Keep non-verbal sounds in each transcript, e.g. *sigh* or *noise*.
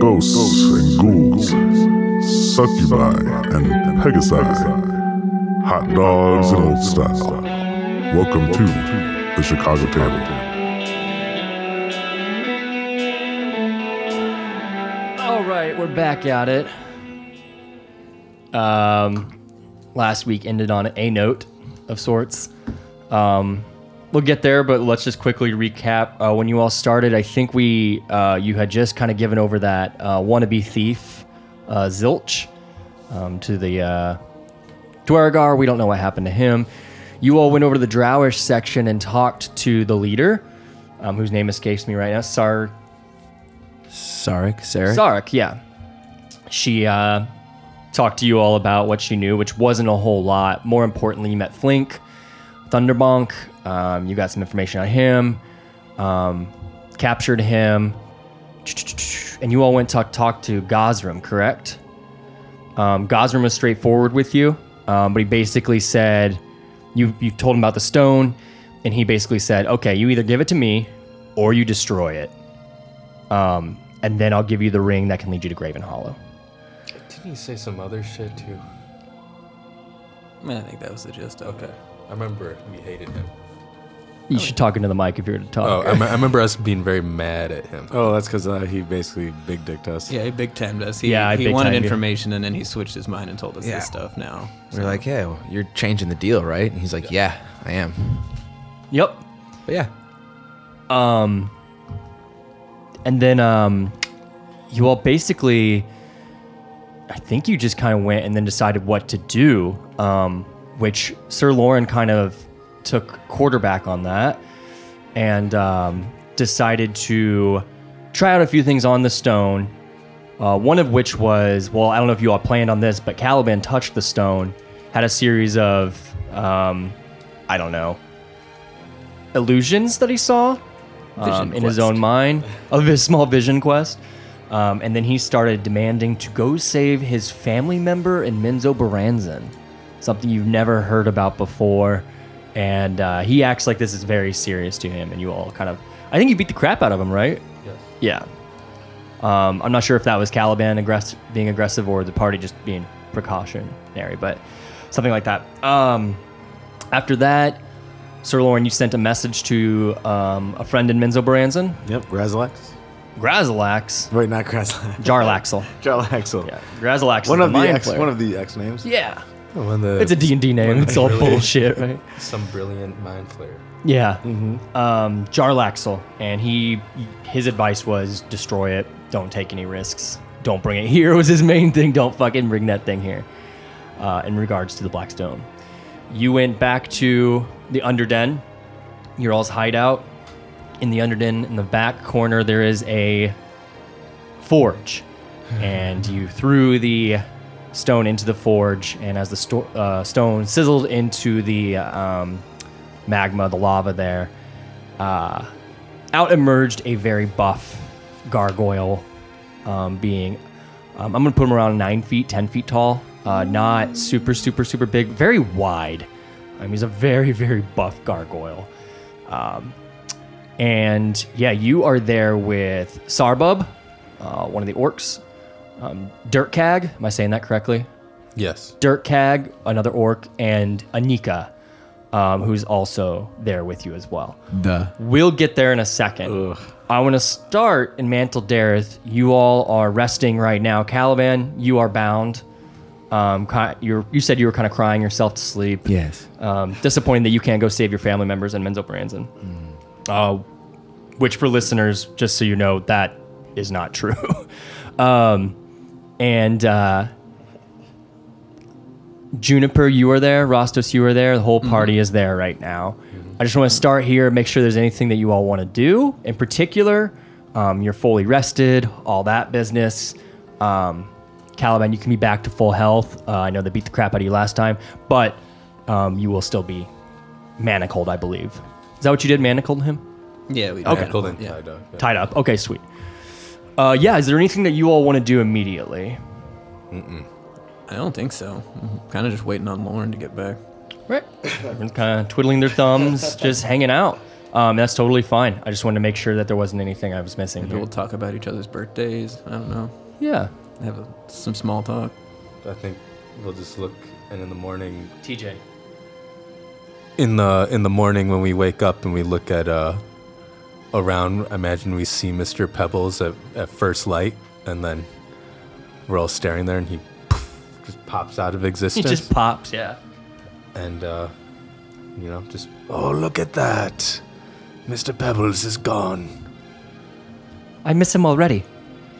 ghosts and ghouls, succubi and pegasi, hot dogs and old style. Welcome to the Chicago Table. All right, we're back at it. Um, last week ended on a note of sorts. Um, we'll get there, but let's just quickly recap. Uh, when you all started, I think we uh, you had just kind of given over that uh, wannabe thief uh, Zilch um, to the uh, Dwargar. We don't know what happened to him. You all went over to the Drowish section and talked to the leader, um, whose name escapes me right now. Sar Sarek, Sarek. Sarek, yeah. She uh, talked to you all about what she knew, which wasn't a whole lot. More importantly, you met Flink, Thunderbonk. Um, you got some information on him, um, captured him, and you all went to talk to Gosram, correct? Um, Gosram was straightforward with you, um, but he basically said, you, you told him about the stone, and he basically said, okay, you either give it to me or you destroy it um, and then I'll give you the ring that can lead you to Graven Hollow. Didn't he say some other shit too? I think that was the gist of Okay. I remember we hated him. You should talk into the mic if you're to talk. Oh, I, me- I remember us being very mad at him. Oh, that's because uh, he basically big dicked us. Yeah, he big timed us. He, Yeah, I he big wanted timed you. information and then he switched his mind and told us this stuff now. We're like, yeah, well, you're changing the deal, right? And he's like, yeah, I am. Yep. But yeah, Um, and then um, you all basically, I think you just kind of went and then decided what to do, um, which Sir Lauren kind of took quarterback on that and um, decided to try out a few things on the stone. Uh, one of which was, well, I don't know if you all planned on this, but Caliban touched the stone, had a series of, um, I don't know, illusions that he saw um, Vision in his quest. own *laughs* mind of his small vision quest. Um, and then he started demanding to go save his family member in Menzo Baranzan, something you've never heard about before. And uh, he acts like this is very serious to him, and you all kind of. I think you beat the crap out of him, right? Yes. Yeah. Um, I'm not sure if that was Caliban aggress- being aggressive or the party just being precautionary, but something like that. Um, after that, Sir Lauren, you sent a message to um, a friend in Menzo Baranzan, Yep, Grazlax. Grazalax, Wait, not *laughs* Grazlax. Jarlaxel. Jarlaxel. Yeah, Grazalax. One is of the mind X, player. one of the X names. yeah, when the it's a D and D name. It's all Really? bullshit, right? some brilliant mind flayer. Yeah. Um, Jarlaxle, and he his advice was destroy it. Don't take any risks. Don't bring it *laughs* here was his main thing. Don't fucking bring that thing here. Uh, in regards to the Black Stone, you went back to the Underden, your all's hideout. In the Underden, in the back corner, there is a forge, and you threw the stone into the forge, and as the sto- uh, stone sizzled into the um, magma, the lava there, uh, out emerged a very buff gargoyle um, being. Um, I'm going to put him around nine feet, 10 feet tall. Uh, not super, super, super big, very wide. Um, he's a very, very buff gargoyle. Um, and yeah, you are there with Sarbub, uh, one of the orcs. Um, Dirtcag, am I saying that correctly? Yes. Dirtcag, another orc, and Anika, um, who's also there with you as well. Duh. We'll get there in a second. I want to start in Mantle Dareth. You all are resting right now. Caliban, you are bound. Um, ki- you're, you said you were kind of crying yourself to sleep. Yes. Um, disappointed that you can't go save your family members in Menzo Branson. Uh, which, for listeners, just so you know, that is not true. *laughs* um, and uh, Juniper, you are there. Rostos, you are there. The whole party is there right now. I just want to start here, make sure there's anything that you all want to do in particular. Um, you're fully rested, all that business. Um, Caliban, you can be back to full health. Uh, I know they beat the crap out of you last time, but um, you will still be manacled, I believe. Is that what you did? Manacled him? Yeah, we Okay. Golden Yeah. tie dog. Tied up. Okay, sweet. Uh, yeah, is there anything that you all want to do immediately? I don't think so. Mm-hmm. Kind of just waiting on Lauren to get back. *laughs* Right. Everyone's kind of twiddling their thumbs, just hanging out. Um, that's totally fine. I just wanted to make sure that there wasn't anything I was missing. Maybe here. we'll talk about each other's birthdays. I don't know. Yeah. Have a, some small talk. I think we'll just look, and in the morning, TJ. in the in the morning when we wake up and we look at uh around, I imagine we see Mr. Pebbles at, at first light, and then we're all staring there, and he poof, just pops out of It existence, just pops. Yeah. and uh, you know, just oh look at that, Mr. Pebbles is gone. I miss him already,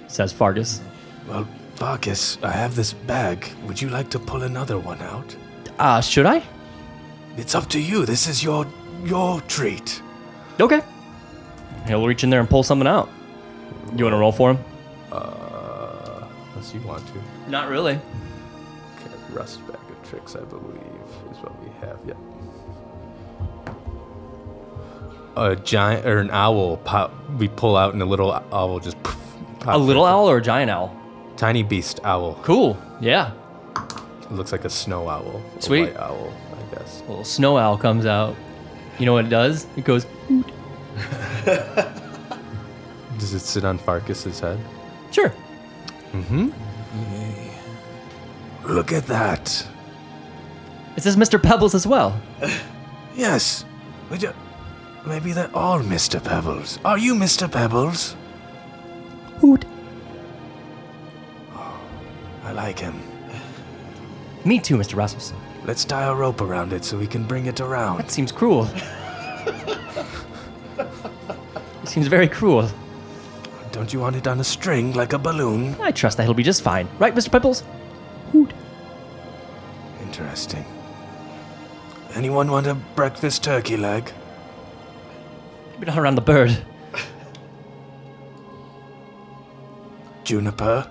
says Fargus. Well, Vargas, I have this bag. Would you like to pull another one out? Uh, should I? It's up to you. This is your your treat. Okay. He'll reach in there and pull something out. You want to roll for him? Unless you want to. Not really. Okay, rust bag of tricks, I believe, is what we have. Yep. A giant or an owl pop. We pull out, and a little owl just. Poof, A pops little out. owl or a giant owl? tiny beast owl. Cool. Yeah. It looks like a snow owl. a Sweet. white owl, I guess. A little snow owl comes out. You know what it does? It goes. Does it sit on Farkas's head? *laughs* Sure. Look at that. It says Mr. Pebbles as well. Yes. Would you, maybe they're all Mr. Pebbles. Are you Mr. Pebbles? Hoot. Oh, I like him. Me too, Mr. Rasmussen. Let's tie a rope around it so we can bring it around. That seems cruel. it seems very cruel. Don't you want it on a string like a balloon? I trust that he'll be just fine. Right, Mr. Pebbles? Interesting. Anyone want a breakfast turkey leg? Maybe not around the bird. Juniper?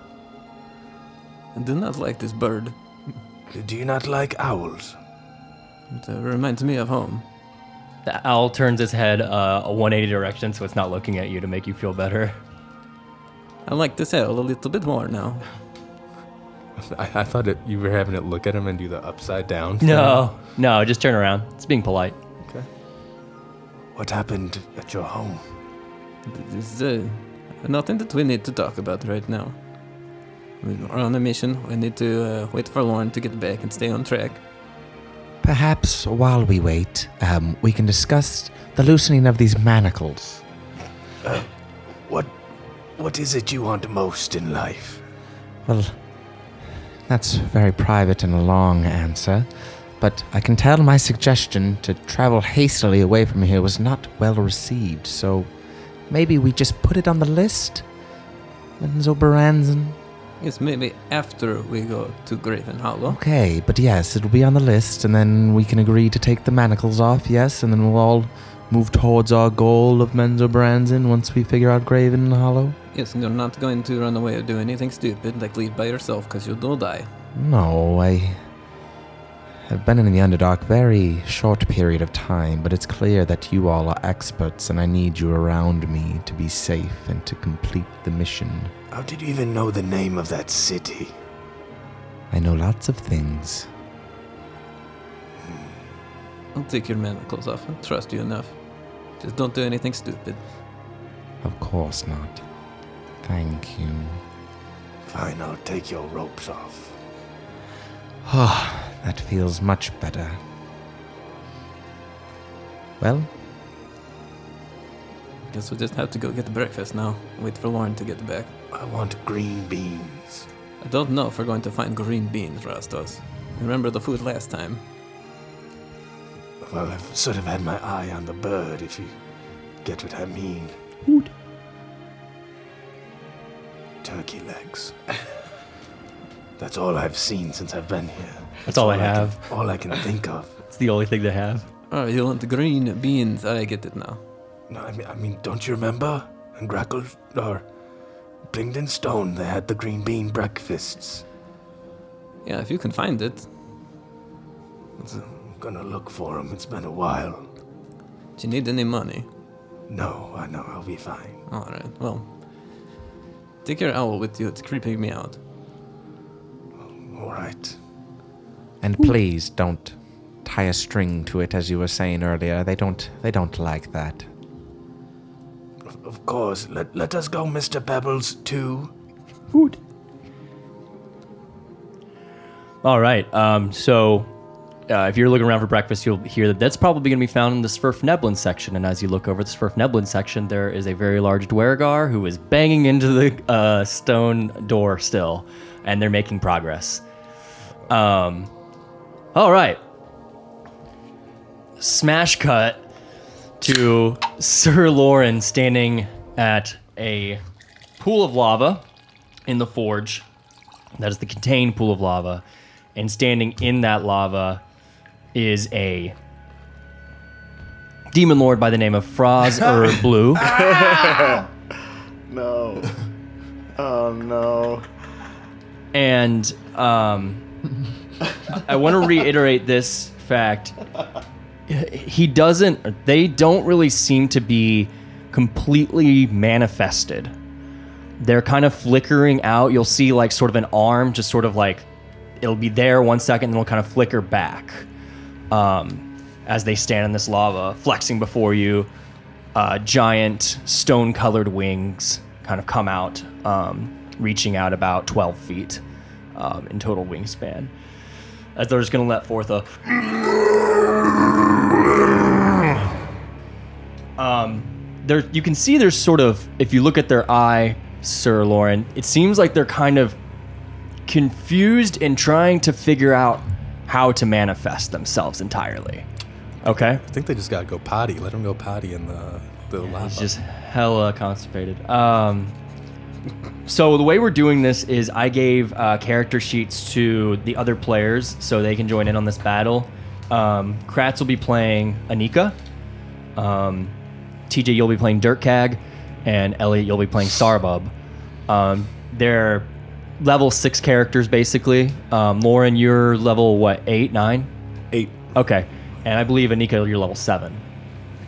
I do not like this bird. Do you not like owls? It uh, reminds me of home. The owl turns his head uh, a 180 direction so it's not looking at you to make you feel better. I like this owl a little bit more now. I, I thought it, you were having it look at him and do the upside down. No, no, just turn around. It's being polite. What happened at your home? This is uh, nothing that we need to talk about right now. We're on a mission. We need to uh, wait for Lauren to get back and stay on track. Perhaps while we wait, um, we can discuss the loosening of these manacles. What, what is it you want most in life? Well, that's a very private and a long answer, but I can tell my suggestion to travel hastily away from here was not well received, so maybe we just put it on the list? Lenzo Baranzan? Yes, maybe after we go to Graven Hollow. Okay, but yes, it'll be on the list, and then we can agree to take the manacles off, yes, and then we'll all move towards our goal of Menzo Branzan once we figure out Graven Hollow. Yes, and you're not going to run away or do anything stupid, like leave by yourself, because you do die. No, I have been in the Underdark very short period of time, but it's clear that you all are experts, and I need you around me to be safe and to complete the mission. How did you even know the name of that city? I know lots of things. I'll take your manacles off and trust you enough. Just don't do anything stupid. Of course not. Thank you. Fine, I'll take your ropes off. Ah, that feels much better. Well, Guess we just have to go get breakfast now. Wait for Lauren to get back. I want green beans. I don't know if we're going to find green beans, Rastos. Remember the food last time? Well, I've sort of had my eye on the bird, if you get what I mean. Turkey legs. *laughs* That's all I've seen since I've been here. That's all I have. Can, all I can think of. It's the only thing they have. Oh, you want green beans. I get it now. No, I mean, I mean, don't you remember? In Grackle or Blingden Stone, they had the green bean breakfasts. Yeah, if you can find it. I'm gonna look for 'em. It's been a while. Do you need any money? No, I know. I'll be fine. Alright, well. Take your owl with you, it's creeping me out. All right. and please don't tie a string to it as you were saying earlier. They don't they don't like that. Of course. Let, let us go, Mr. Pebbles, too. Hoot. All right. Um, so, uh, if you're looking around for breakfast, you'll hear that that's probably going to be found in the Swerf Neblin section. And as you look over the Swerf Neblin section, there is a very large Dwergar who is banging into the uh, stone door still, and they're making progress. Um, all right. Smash cut to Sir Lauren standing at a pool of lava in the forge. That is the contained pool of lava. And standing in that lava is a demon lord by the name of Froz Ur Blue. No. Oh no. And um, I want to reiterate this fact. He doesn't, or they don't really seem to be completely manifested. They're kind of flickering out. You'll see, like, sort of an arm, just sort of like it'll be there one second, then it'll kind of flicker back um, as they stand in this lava, flexing before you. Uh, giant stone colored wings kind of come out, um, reaching out about 12 feet um, in total wingspan. As they're just going to let forth a. Um, there, you can see there's sort of, if you look at their eye, Sir Lauren, it seems like they're kind of confused and trying to figure out how to manifest themselves entirely. Okay? I think they just gotta go potty. Let them go potty in the, the lava. He's just hella constipated. Um, so the way we're doing this is I gave uh, character sheets to the other players so they can join in on this battle. Um, Kratz will be playing Anika. Um, TJ, you'll be playing Dirtcag, and Elliot, you'll be playing Starbub. Um, they're level six characters basically. Um, Lauren, you're level what eight, nine? Eight. Okay, and I believe Anika, you're level seven.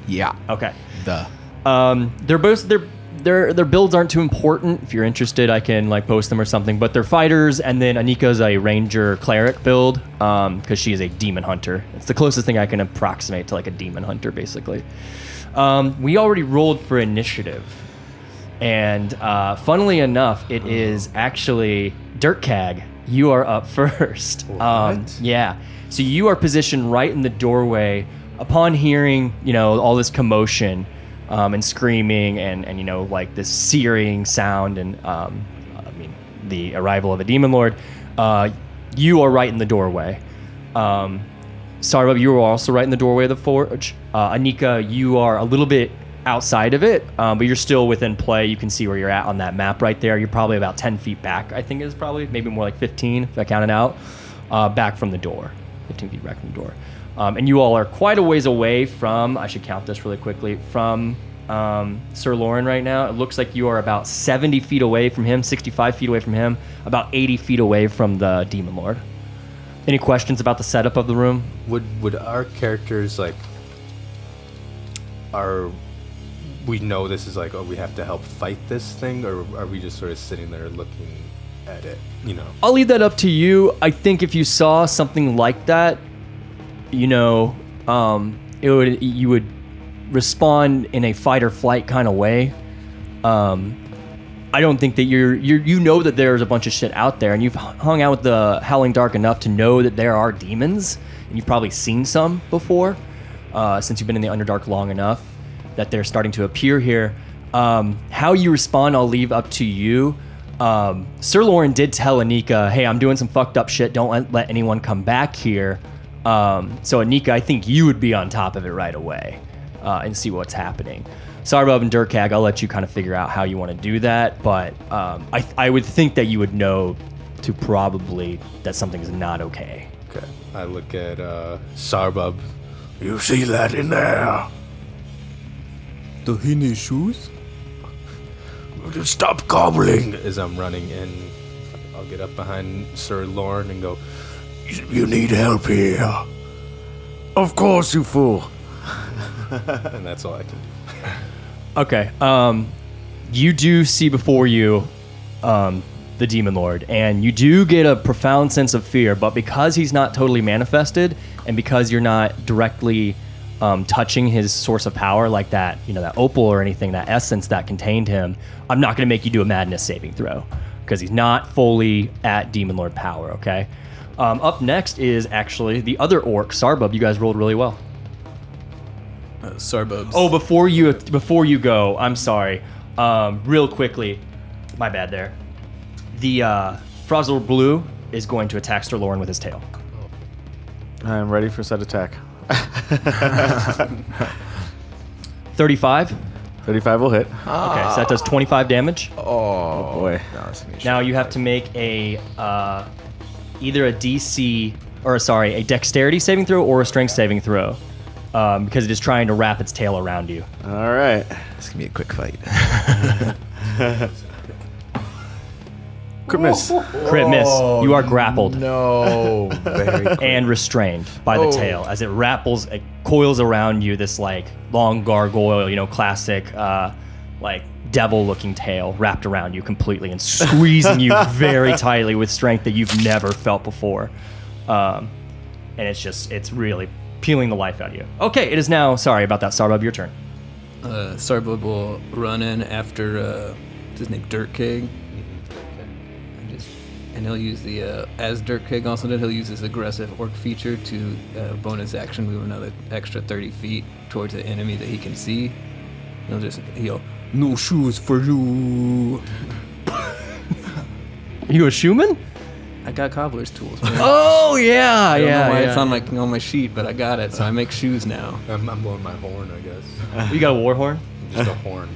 Yeah. Okay. The. Um, they're both their their their builds aren't too important. If you're interested, I can like post them or something. But they're fighters, and then Anika's a ranger cleric build because she is a demon hunter. It's the closest thing I can approximate to like a demon hunter, basically. Um, we already rolled for initiative, and uh, funnily enough, it is actually Dirtcag. You are up *laughs* first. Um, What? yeah. So you are positioned right in the doorway. Upon hearing, you know, all this commotion um, and screaming and, and, you know, like this searing sound and, um, I mean, the arrival of a demon lord, uh, you are right in the doorway. Um, Starbub, you are also right in the doorway of the forge. Uh, Anika, you are a little bit outside of it, um, but you're still within play. You can see where you're at on that map right there. You're probably about 10 feet back, I think is probably, maybe more like 15, if I count it out, uh, back from the door. 15 feet back from the door. Um, and you all are quite a ways away from, I should count this really quickly, from um, Sir Lauren right now. It looks like you are about 70 feet away from him, 65 feet away from him, about 80 feet away from the Demon Lord. Any questions about the setup of the room? Would would our characters like are we know this is like oh we have to help fight this thing or are we just sort of sitting there looking at it you know I'll leave that up to you. I think if you saw something like that, you know, um, it would you would respond in a fight or flight kind of way. Um, I don't think that you're you you know that there's a bunch of shit out there, and you've hung out with the Howling Dark enough to know that there are demons, and you've probably seen some before, uh, since you've been in the Underdark long enough that they're starting to appear here. Um, how you respond, I'll leave up to you. Um, Sir Lauren did tell Anika, "Hey, I'm doing some fucked up shit. Don't let, let anyone come back here." Um, so Anika, I think you would be on top of it right away uh, and see what's happening. Sarbub and Durkag, I'll let you kind of figure out how you want to do that, but um, I, I would think that you would know to probably that something's not okay. okay i look at uh sarbub You see that in there? Do he need shoes? Stop gobbling. as i'm running in i'll get up behind sir lauren and go You need help here. Of course, you fool. and that's all i can do Okay. Um, you do see before you um, the demon lord, and you do get a profound sense of fear. But because he's not totally manifested, and because you're not directly um, touching his source of power, like that, you know, that opal or anything, that essence that contained him, I'm not going to make you do a madness saving throw because he's not fully at Demon Lord power, okay? Um, up next is actually the other orc, Sarbub. You guys rolled really well. Uh, Sarbubs. Oh, before you before you go, I'm sorry. Um, real quickly, my bad there. The uh, Frazzle Blue is going to attack Sir Lauren with his tail. I am ready for set *laughs* attack. 35. Okay, 35 will hit. Oh, so that does 25 damage. boy. Now you have to make a uh, either a DC or sorry, a Dexterity saving throw or a Strength saving throw um, because it is trying to wrap its tail around you. All right. It's gonna be a quick fight. *laughs* Crit miss. Oh, Crit miss. You are grappled. No, very quick. and restrained by the tail as it rapples, it coils around you. This like long gargoyle, you know, classic, uh, like devil-looking tail wrapped around you completely and squeezing you very tightly with strength that you've never felt before. Um, and it's just, it's really peeling the life out of you. Okay, it is now. Sorry about that, Starbub. Your turn. Uh, Sarbub will run in after uh, what's his name Dirt King. And just- And he'll use the uh, as Dirt King also did. He'll use his aggressive orc feature to uh, bonus action move another extra 30 feet towards the enemy that he can see. And He'll just he'll no shoes for you. Are you a Schumann? I got cobbler's tools. *laughs* Man. Oh yeah, I don't yeah. know why yeah. it's on my on my sheet, but I got it, so I make shoes now. I'm, I'm blowing my horn, I guess. you got a war horn? Just a horn.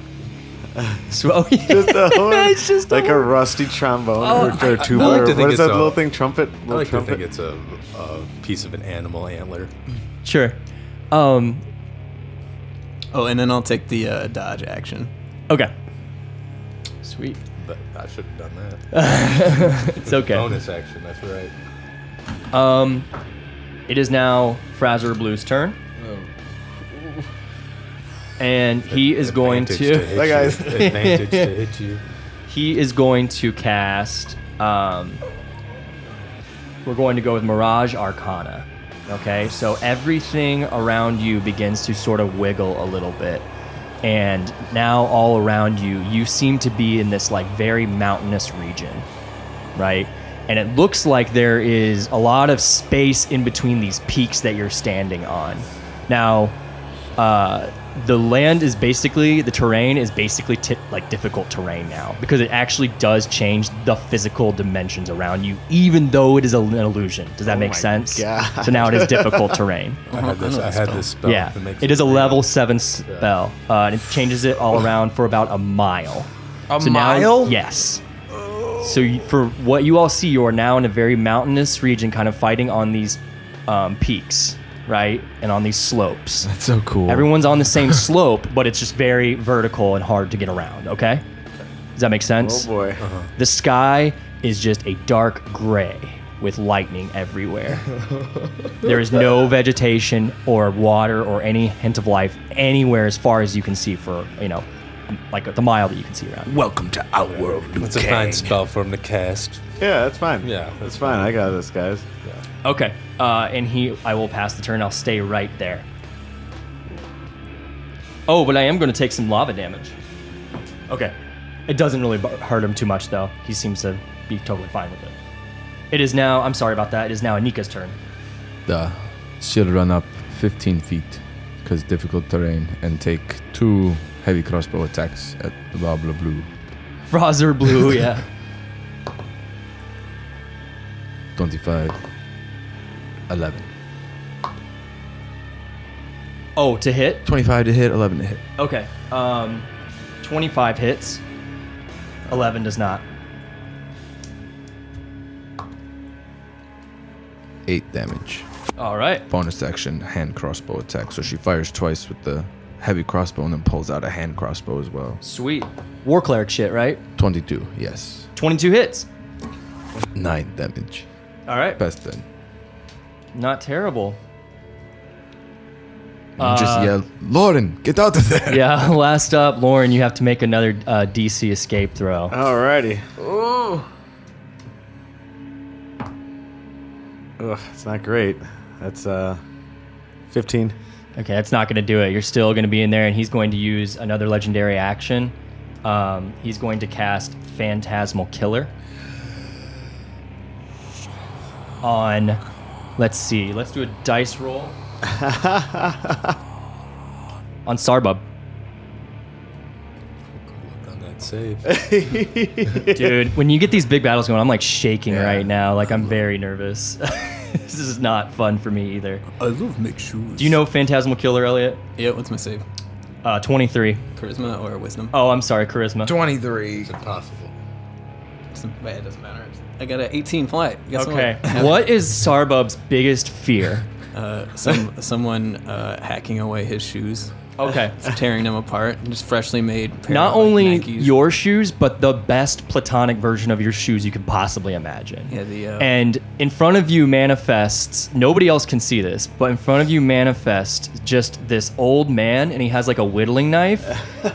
So, oh, yeah. Just a horn. *laughs* It's just a like a rusty trombone or, or tuba. Oh, like to or think what is it's that a- little thing? Trumpet? I Little like to trumpet? think it's a, a piece of an animal antler. Sure. Um, Oh, and then I'll take the uh, dodge action. okay. Sweet. But I should have done Uh, that. It's okay. Bonus action, that's right. Um, it is now Fraser Blue's turn, and he is going Advantage to hit guys. you. *laughs* Advantage to hit *laughs* you. he is going to cast. Um, we're going to go with Mirage Arcana. Okay, so everything around you begins to sort of wiggle a little bit. And now, all around you, you seem to be in this like very mountainous region. right? And it looks like there is a lot of space in between these peaks that you're standing on. Now, uh, the land is basically the terrain is basically ti like difficult terrain now because it actually does change the physical dimensions around you, even though it is a- an illusion. Does that make sense? God. So now it is difficult terrain. I had this, I had this spell. Yeah, that makes it is a real. level seven spell, uh, and it changes it all around for about a mile. A mile? yes. So you, for what you all see, you are now in a very mountainous region, kind of fighting on these um, peaks, right, and on these slopes. so cool. Everyone's on the same slope, but it's just very vertical and hard to get around. Okay, does that make sense? Oh boy. The sky is just a dark gray with lightning everywhere. there is no vegetation or water or any hint of life anywhere as far as you can see for, you know, like the mile that you can see around. Welcome to Outworld, It's a fine spell for him to cast. Yeah, that's fine. Yeah, That's that's fine. I got this, guys. Okay. Uh, and he, I will pass the turn. I'll stay right there. Oh, but I am going to take some lava damage. Okay. It doesn't really bu- hurt him too much, though. He seems to be totally fine with it. It is now, I'm sorry about that. It is now Anika's turn. Uh, she'll run up 15 feet because difficult terrain and take two heavy crossbow attacks at the Babla Blue. Fraser Blue, yeah. 25, 11. *laughs* Oh, to hit? 25 to hit, 11 to hit. Okay. Um, 25 hits. 11 does not. 8 damage. All right. Bonus action, hand crossbow attack. So she fires twice with the heavy crossbow and then pulls out a hand crossbow as well. Sweet. War cleric shit, right? 22, yes. 22 hits. 9 damage. All right. Best then. Not terrible. You just Uh, yell, Lauren, get out of there! Yeah, *laughs* last up, Lauren, you have to make another uh, DC escape throw. Alrighty. Ugh, it's not great. That's uh, 15. Okay, that's not going to do it. You're still going to be in there, and he's going to use another legendary action. Um, he's going to cast Phantasmal Killer on. Let's see. Let's do a dice roll on Sarbub. Look on that *laughs* save. Dude, when you get these big battles going, I'm like shaking right now. Like I'm very nervous. *laughs* this is not fun for me either. I love make shoes. Do you know Phantasmal Killer, Elliot? Yeah, what's my save? Uh, 23. Charisma or wisdom? Oh, I'm sorry, Charisma. 23. Impossible. It's- but it doesn't matter. I got an 18 flight. Guess *laughs* Okay. What? What is Sarbub's biggest fear? Uh, some someone uh, hacking away his shoes, Okay. tearing them apart, and just freshly made. Pair Oh. *laughs* Not of, like, only Nikes. your shoes, but the best platonic version of your shoes you could possibly imagine. Yeah, the, uh, and in front of you manifests, nobody else can see this, but in front of you manifests just this old man, and he has like a *laughs* whittling knife,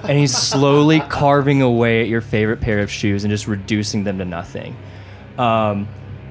and he's slowly carving away at your favorite pair of shoes and just reducing them to nothing. Um,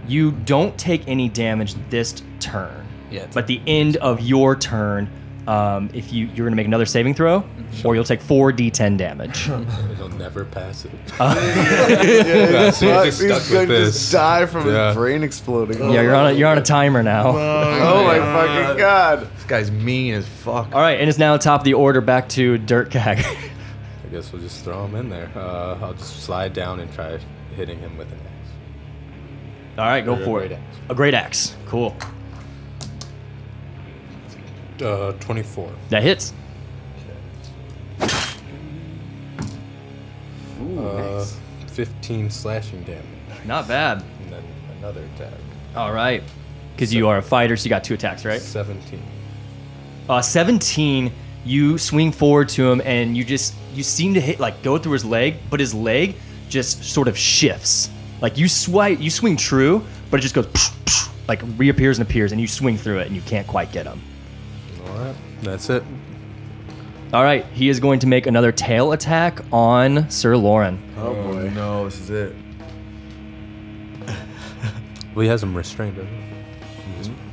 you don't take any damage this turn. Yeah, it's- But the end of your turn, um, if you you're gonna make another saving throw, or you'll take four d10 damage. It'll never pass *laughs* it. Uh, That's you're what- just he's stuck with going to this. just die from Yeah. his brain exploding. yeah, you're on a you're on a timer now. Oh my fucking god. This guy's mean as fuck. *laughs* All right, and it's now top of the order back to Dirtcag. I guess we'll just throw him in there. Uh, I'll just slide down and try hitting him with an axe. *laughs* All right, go Or a for great it. axe. A great axe. Cool. Uh, 24. That hits. Uh, 15 slashing damage. Not bad. And then another attack. All right. Because you are a fighter, so you got two attacks, right? 17. Uh, 17, you swing forward to him and you just, you seem to hit, like, go through his leg, but his leg just sort of shifts. Like, you swipe, you swing true, but it just goes, like, reappears and appears, and you swing through it and you can't quite get him. All right. That's it. All right, he is going to make another tail attack on Sir Lauren. Oh boy. No, this is it. Well, he has him restrained, doesn't he?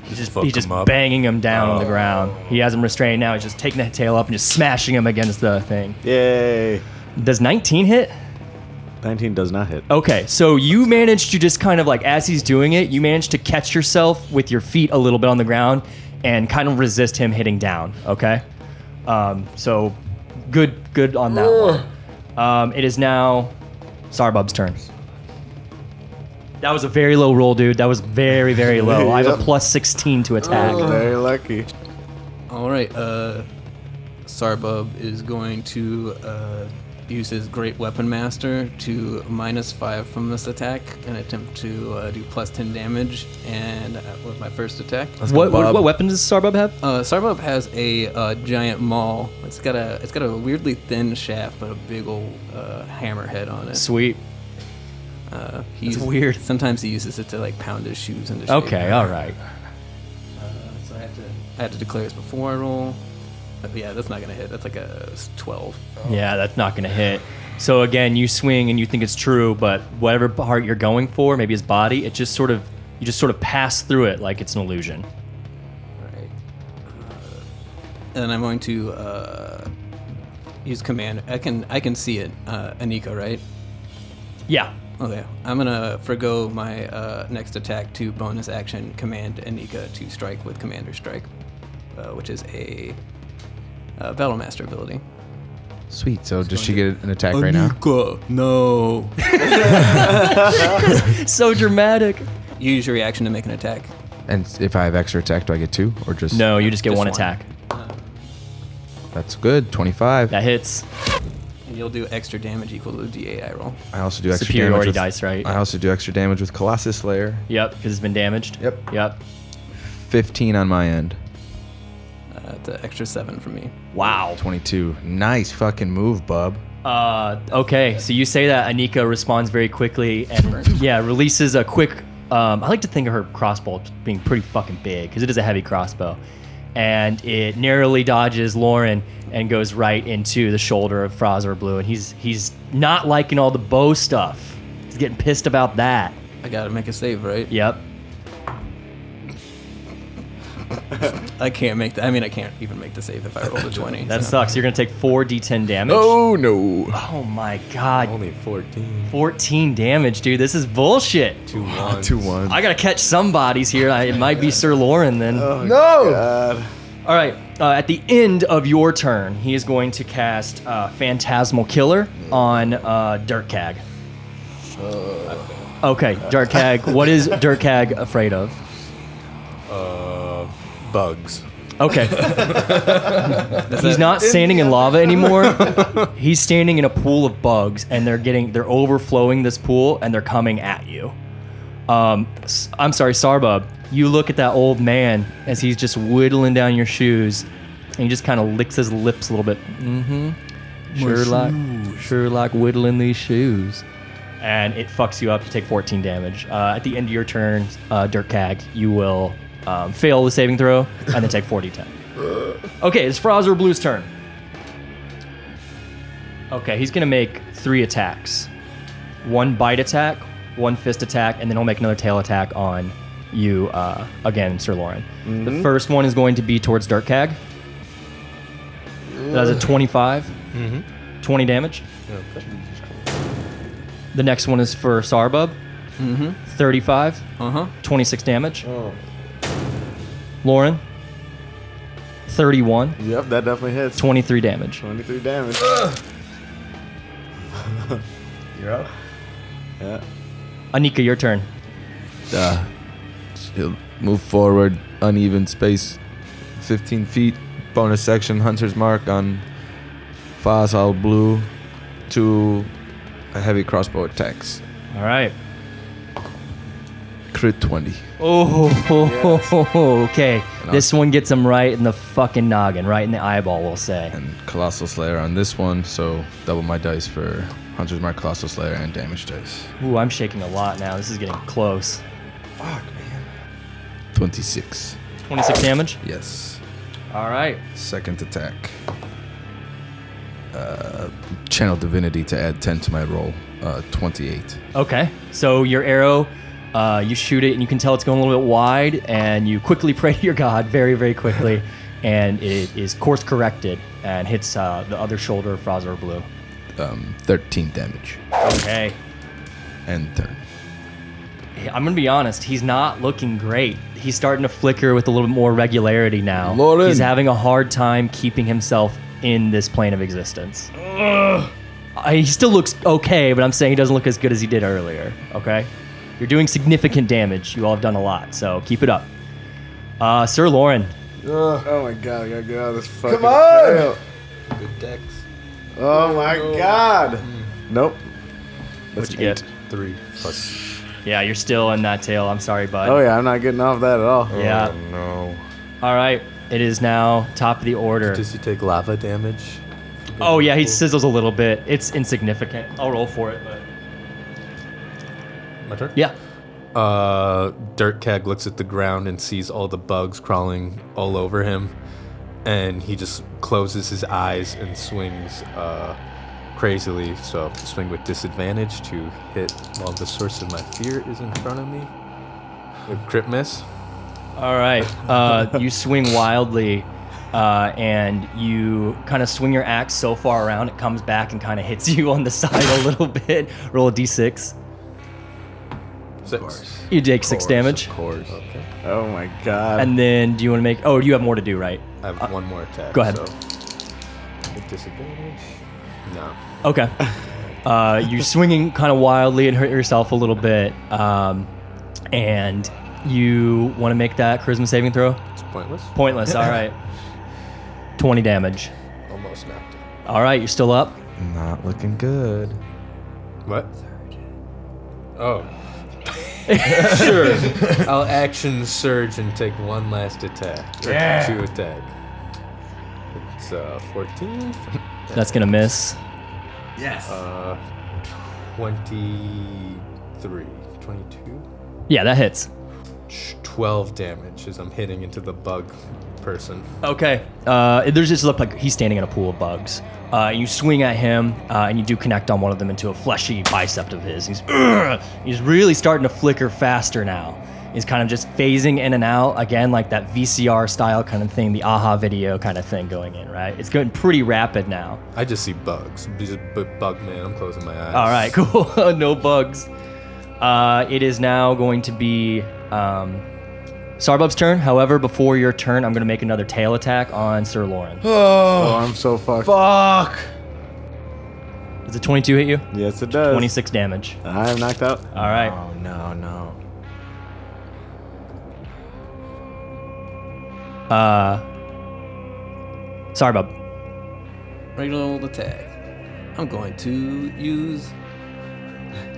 He's just, fuck he's just him up. Oh. banging him down on the ground. He has him restrained now. He's just taking that tail up and just smashing him against the thing. Yay. Does 19 hit? 19 does not hit. Okay, so you managed to just kind of like, as he's doing it, you managed to catch yourself with your feet a little bit on the ground and kind of resist him hitting down, okay? Um, so good, good on that one. Um, it is now Sarbub's turn. That was a very low roll, dude. That was very, very low. I have a Yep. plus 16 to attack. Very lucky. All right. Uh, Sarbub is going to uh, use his great weapon master to minus five from this attack and attempt to uh, do plus ten damage. And uh, with my first attack, What, what, what weapon does Sarbub have? uh, Sarbub has a uh, giant maul. It's got a it's got a weirdly thin shaft, but a big old uh, hammerhead on it. Sweet. He's weird. *laughs* Sometimes he uses it to like pound his shoes into shape. Okay, all right. So I had to I had to declare this before I roll. But yeah, that's not gonna hit. That's like a twelve. Yeah, that's not going to hit. So again, you swing and you think it's true, but whatever part you're going for, maybe his body, it just sort of you just sort of pass through it like it's an illusion. Right. Uh, And I'm going to uh, use command. I can I can see it, uh, Anika, right? Yeah. Okay. I'm gonna forego my uh, next attack to bonus action command Anika to strike with Commander Strike, uh, which is a uh, Battle Master ability. Sweet. So does she get an attack right Oh, now? no. So dramatic. You use your reaction to make an attack. And if I have extra attack, do I get two or just? No, you just get Just one, one. attack. That's good. Twenty-five. That hits. And you'll do extra damage equal to the D8 I roll. I also do extra Superiority damage with, dice, right? I also do extra damage with Colossus Slayer. Yep, because it's been damaged. Yep. Yep. Fifteen on my end. Uh, it's an extra seven for me. Wow. Twenty-two. Nice fucking move, bub. Uh, okay, so you say that Anika responds very quickly and *laughs* yeah, releases a quick. Um, I like to think of her crossbow being pretty fucking big because it is a heavy crossbow, and it narrowly dodges Lauren and goes right into the shoulder of Fraser Blue, and he's he's not liking all the bow stuff. He's getting pissed about that. I gotta make a save, right? Yep. I can't make that. I mean, I can't even make the save if I rolled *laughs* a 20. That so. sucks. You're gonna take four d10 damage. Oh no. Oh my god. Only 14. 14 damage, dude. This is bullshit. Two ones. Two one. I gotta catch some bodies here. I, it might be Sir Lauren then. No. All right. Uh, at the end of your turn, he is going to cast uh, Phantasmal Killer on uh, Dirtcag. Okay, Dirtcag. what is Dirtcag afraid of? Bugs. Okay. He's not standing in lava anymore. He's standing in a pool of bugs, and they're getting they're overflowing this pool, and they're coming at you. Um, S- I'm sorry, Sarbub. You look at that old man as he's just whittling down your shoes, and he just kind of licks his lips a little bit. Mm-hmm. Sure like sure like whittling these shoes. And it fucks you up. You take 14 damage. Uh, at the end of your turn, uh, Dirt Cag, you will um, fail the saving throw and then take 40 10. Okay, it's Frozzer Blue's turn. Okay, he's gonna make three attacks. One bite attack, one fist attack, and then he'll make another tail attack on you uh, again, Sir Lauren. The first one is going to be towards Dirtcag. That is a 25. 20 damage. The next one is for Sarbub. Mm-hmm. 35. Uh-huh. 26 damage. Lauren. 31. Yep, that definitely hits. 23 damage. 23 damage. *laughs* You're up. Yeah. Anika, your turn. Uh, she'll move forward, uneven space, 15 feet. Bonus section, Hunter's Mark on Fazal Blue to a heavy crossbow attacks. All right. Crit 20. Oh, *laughs* okay. This one gets him right in the fucking noggin, right in the eyeball, we'll say. And Colossal Slayer on this one, so double my dice for Hunter's Mark, Colossal Slayer, and damage dice. Ooh, I'm shaking a lot now. This is getting close. 26. 26 damage. Yes. All right. Second attack. Uh, channel Divinity to add 10 to my roll. Uh, 28. Okay. So your arrow, uh, you shoot it, and you can tell it's going a little bit wide, and you quickly *laughs* pray to your god, very, very quickly, and it is course corrected and hits uh, the other shoulder of Frozzer Blue. Um, 13 damage. Okay. And turn. I'm gonna be honest. He's not looking great. He's starting to flicker with a little bit more regularity now. Lauren. He's having a hard time keeping himself in this plane of existence. I, he still looks okay, but I'm saying he doesn't look as good as he did earlier. Okay, you're doing significant damage. You all have done a lot, so keep it up. Uh, Sir Lauren, Oh my god, I gotta get out of this fucking Come on! trail. Good decks. Oh my god! Nope. what'd you get? Three plus. Yeah, you're still in that tail. I'm sorry, bud. Oh yeah, I'm not getting off that at all. Yeah. Oh, No. All right. It is now top of the order. Does he take lava damage? Oh yeah, he sizzles a little bit. It's insignificant. I'll roll for it, but My turn? yeah. Uh, Dirtcag looks at the ground and sees all the bugs crawling all over him, and he just closes his eyes and swings uh, crazily. So swing with disadvantage to hit while the source of my fear is in front of me. A crit miss. All right. Uh, you swing wildly, uh, and you kind of swing your axe so far around it comes back and kind of hits *laughs* you on the side a little bit. Roll a d6. Six. You take six damage, Of course. Oh my god. and then do you want to make? Oh, you have more to do, right? I have one more attack. Uh, go ahead. So. With disadvantage. No. *laughs* Okay. Uh, you're swinging kind of wildly and hurt yourself a little bit, um, and you want to make that charisma saving throw. It's pointless. Pointless. All right. Twenty damage. Almost knocked. out. All right, you're still up. Not looking good. What? Oh. *laughs* sure. I'll action surge and take one last attack. Or Two attack. It's uh, 14, That's gonna miss. 23, 22, Yeah, that hits. 12 damage as I'm hitting into the bug person. Okay. Uh, there's just look like he's standing in a pool of bugs. Uh, you swing at him, uh, and you do connect on one *clears throat* of them into a fleshy bicep of his. He's "Ugh!" he's really starting to flicker faster now, is kind of just phasing in and out again, like that VCR style kind of thing, the aha video kind of thing going in, right? It's going pretty rapid now. I just see bugs. Just bu- bug man. I'm closing my eyes. All right, *laughs* cool. no bugs. Uh, it is now going to be um, Sarbub's turn. However, before your turn, I'm going to make another tail attack on Sir Lauren. Oh, I'm so fucked. Fuck. Does a 22 hit you? Yes, it does. 26 damage. I'm knocked out. All right. Oh, no, no. Uh, Sarbub. Regular old attack. I'm going to use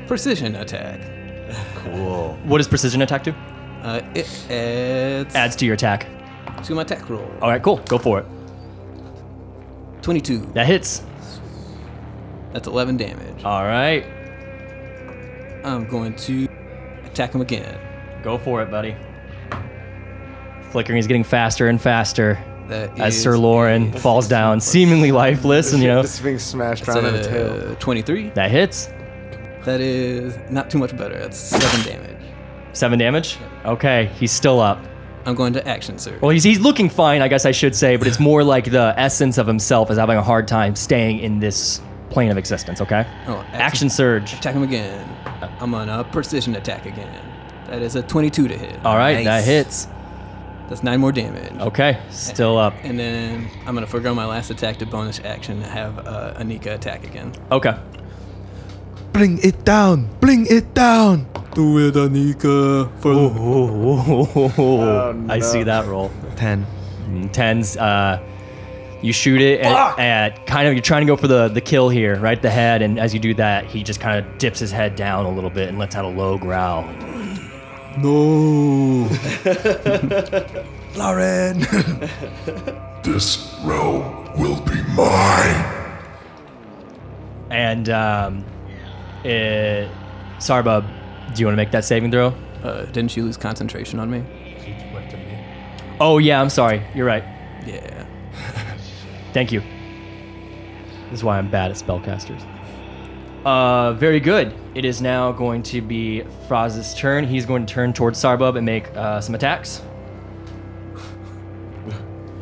precision attack. Cool. What does precision attack do? Uh, it adds, Adds to your attack. to my attack roll. All right, cool. Go for it. 22. That hits. That's 11 damage. All right. I'm going to attack him again. Go for it, buddy. Flickering is getting faster and faster That as is Sir Lauren falls down, seemingly lifeless, and you know Just being smashed a- around in a tail. uh, 23. that hits. That is not too much better. That's 7 damage. Seven damage. Okay, he's still up. I'm going to action surge. Well, he's he's looking fine, I guess I should say, but it's more like the essence of himself is having a hard time staying in this plane of existence. Okay. Oh, Action action- surge. Attack him again. I'm on a precision attack again. That is a 22 to hit. All right, that Oh. hits. That's 9 more damage. Okay, still up. And then I'm going to forego my last attack to bonus action and have uh, Anika attack again. Okay. Bring it down. Bring it down. Oh, Do it, Anika. For *laughs* I see that roll. 10. Mm, Tens. Uh, you shoot it at, at kind of you're trying to go for the the kill here, right? The head, and as you do that, he just kind of dips his head down a little bit and lets out a low growl. Lauren. This realm will be mine. And um, it, Sarbub, do you want to make that saving throw? Uh, didn't she lose concentration on me? Oh yeah, I'm sorry. You're right. Yeah. Thank you. This is why I'm bad at spellcasters. Uh, very good. It is now going to be Fraz's turn. He's going to turn towards Sarbub and make uh, some attacks.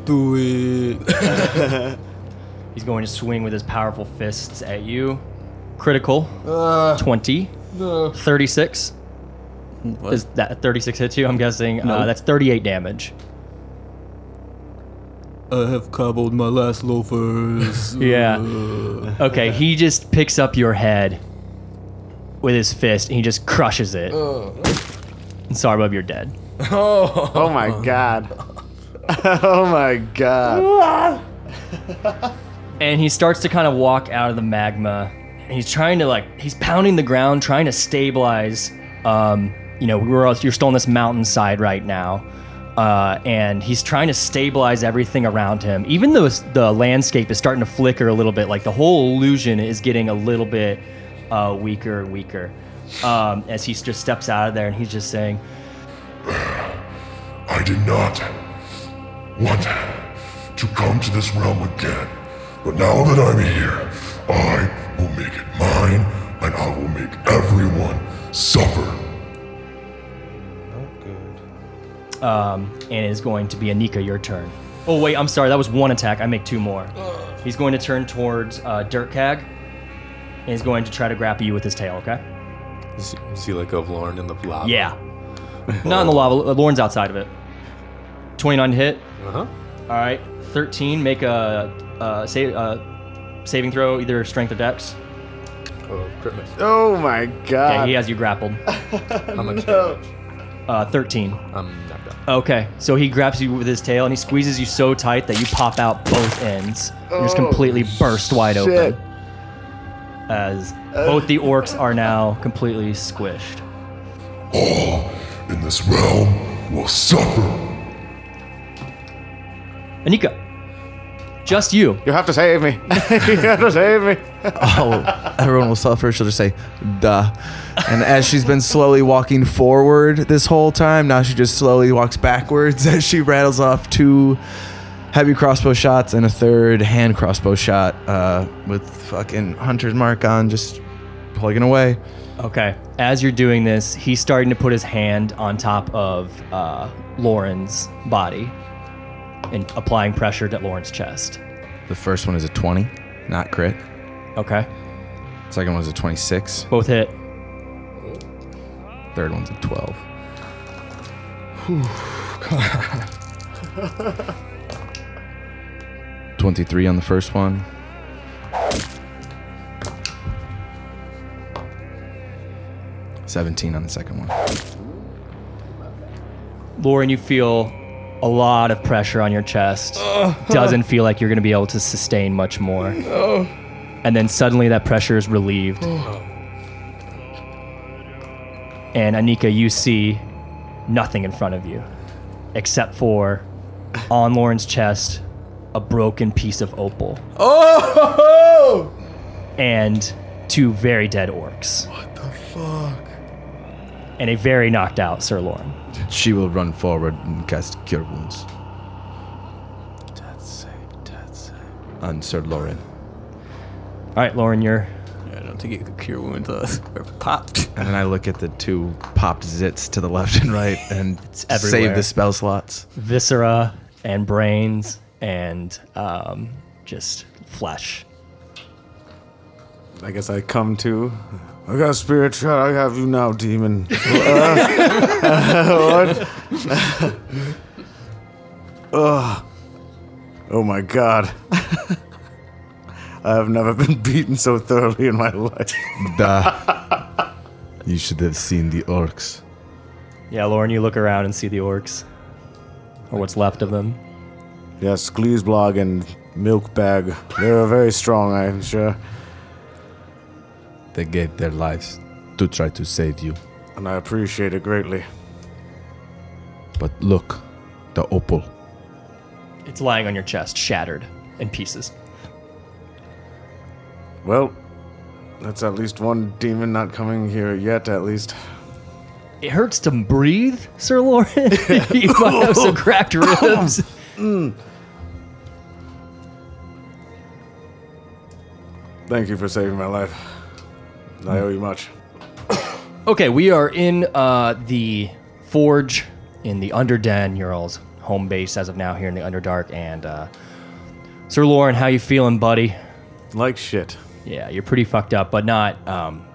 Do *laughs* it. He's going to swing with his powerful fists at you. Critical. 20. 36. What? Is that 36 hits you? I'm guessing. Uh, that's 38 damage. I have cobbled my last loafers. *laughs* Yeah. Okay, he just picks up your head with his fist and he just crushes it. And Sarbub, you're dead. Oh my god. *laughs* oh my god. and he starts to kind of walk out of the magma and he's trying to like he's pounding the ground trying to stabilize um you know we were all- you're still on this mountainside right now uh, and he's trying to stabilize everything around him. Even though s- the landscape is starting to flicker a little bit, like the whole illusion is getting a little bit uh, weaker and weaker um, as he just steps out of there and he's just saying, I did not want to come to this realm again. But now that I'm here, I will make it mine and I will make everyone suffer. um, and it is going to be Anika, your turn. Oh wait, I'm sorry. That was one attack. I make two more. He's going to turn towards uh, Dirtcag, and he's going to try to grapple you with his tail. Okay? Is, is he like of Lauren in the lava? Yeah. Not in the lava. Uh, Lauren's outside of it. 29 to hit. Uh huh. All right. 13. Make a uh, save, uh, saving throw, either strength or dex. Oh, Christmas. Oh my Uh, Yeah, god. he has you grappled. How much damage? Uh, 13. I'm knocked out. Okay, so he grabs you with his tail and he squeezes you so tight that you pop out both ends. You're just Oh, completely burst wide Shit. open. As both the orcs are now completely squished. All in this realm will suffer. Anika, just you. You have to save me. *laughs* you have to save me. Oh, everyone will suffer. She'll just say, duh. And as she's been slowly walking forward this whole time, now she just slowly walks backwards *laughs* as she rattles off two heavy crossbow shots and a third hand crossbow shot uh, with fucking Hunter's Mark on, just plugging away. Okay. As you're doing this, he's starting to put his hand on top of uh, Lauren's body and applying pressure to Lauren's chest. The first one is a 20, not crit. Okay. Second one is a 26. Both hit. Third one's a 12. *laughs* Twenty-three on the first one. Seventeen on the second one. Lauren, you feel a lot of pressure on your chest. Doesn't feel like you're going to be able to sustain much more. And then suddenly that pressure is relieved. and Anika, you see nothing in front of you except for on Lauren's chest a broken piece of opal. Oh! And two very dead orcs. What the fuck? And a very knocked out Sir Lauren. She will run forward and cast Cure Wounds on Sir Lauren. All right, Lauren, you're I don't think you could cure wounds us. *laughs* Or *laughs* popped. And then I look at the two popped zits to the left and *laughs* right and save everywhere. the spell slots. viscera and brains and um, just flesh. I guess I come to. I got spirit shot. I have you now, demon. *laughs* what? *laughs* Ugh. Oh my god. *laughs* I have never been beaten so thoroughly in my life. *laughs* Duh. *laughs* you should have seen the orcs. Yeah, Lauren, you look around and see the orcs, or what's left of them. Yes, Gleesblog and Milkbag. They were very strong, I'm sure. They gave their lives to try to save you. And I appreciate it greatly. But look, the opal. It's lying on your chest, shattered in pieces. Well, that's at least one demon not coming here yet, at least. It hurts to breathe, Sir Lauren. *laughs* you might have some cracked ribs. Thank you for saving my life. I owe you much. Okay, we are in uh, the forge in the Underden, Ural's home base as of now here in the Underdark. And uh, Sir Lauren, how you feeling, buddy? Like shit. Yeah, you're pretty fucked up, but not um,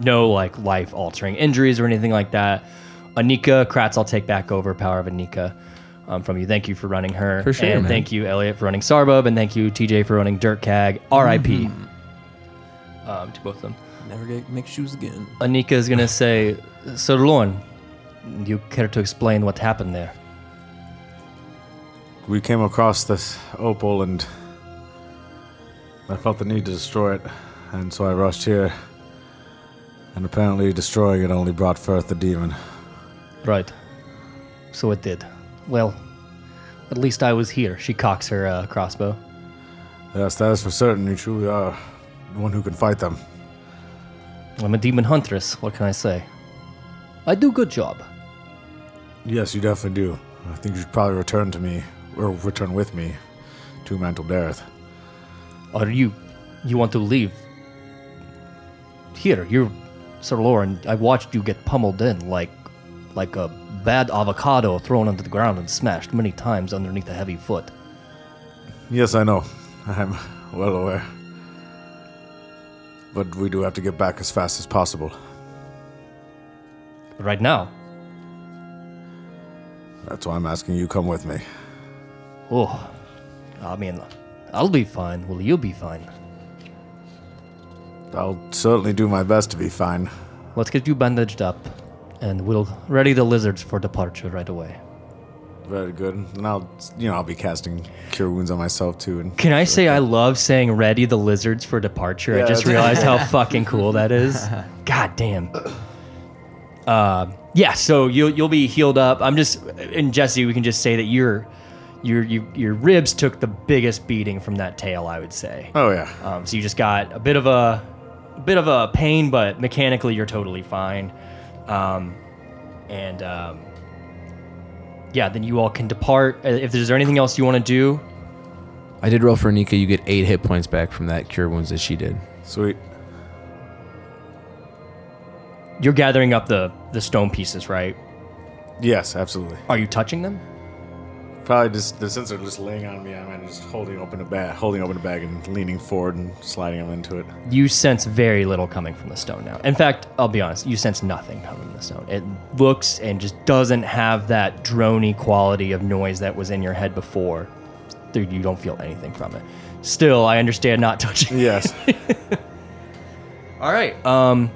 no like life altering injuries or anything like that. Anika Kratz, I'll take back over power of Anika um, from you. Thank you for running her, For sure, and man. thank you Elliot for running Sarbub, and thank you TJ for running Dirt Cag. R.I.P. Mm-hmm. Um, to both of them. Never get, make shoes again. Anika is gonna say, Sir Lorne, you care to explain what happened there? We came across this opal and I felt the need to destroy it, and so I rushed here. And apparently, destroying it only brought forth the demon. Right. So it did. Well, at least I was here. She cocks her uh, crossbow. Yes, that is for certain. You truly are the one who can fight them. I'm a demon huntress. What can I say? I do good job. Yes, you definitely do. I think you should probably return to me, or return with me, to Mantle Dareth. Are you? You want to leave? Here, you're Sir Lauren. I watched you get pummeled in like, like a bad avocado thrown onto the ground and smashed many times underneath a heavy foot. Yes, I know. I'm well aware. But we do have to get back as fast as possible. Right now, That's why I'm asking you come with me. oh, I mean, I'll be fine. Will you be fine? I'll certainly do my best to be fine. Let's get you bandaged up, and we'll ready the lizards for departure right away. Very good. And I'll, you know, I'll be casting cure wounds on myself too. And Can I say I love saying ready the lizards for departure? I just that's- *laughs* realized how fucking cool that is. God damn. Uh, yeah, so you'll you'll be healed up. I'm just and Jesse, we can just say that your your you, your ribs took the biggest beating from that tail, I would say. oh yeah, Um, so you just got a bit of a, a bit of a pain, but mechanically you're totally fine. Um, and um, yeah, then you all can depart. Uh, If there's anything else you want to do, I did roll for Nika. You get eight hit points back from that Cure Wounds that she did. sweet. You're gathering up the the stone pieces, right? Yes, absolutely. Are you touching them? Probably just the since they're just laying on me, I'm just holding open a bag, holding open a bag, and leaning forward and sliding them into it. You sense very little coming from the stone now. In fact, I'll be honest, you sense nothing coming from the stone. It looks and just doesn't have that drony quality of noise that was in your head before. Dude, you don't feel anything from it. Still, I understand not *laughs* touching. Yes. All right. Um,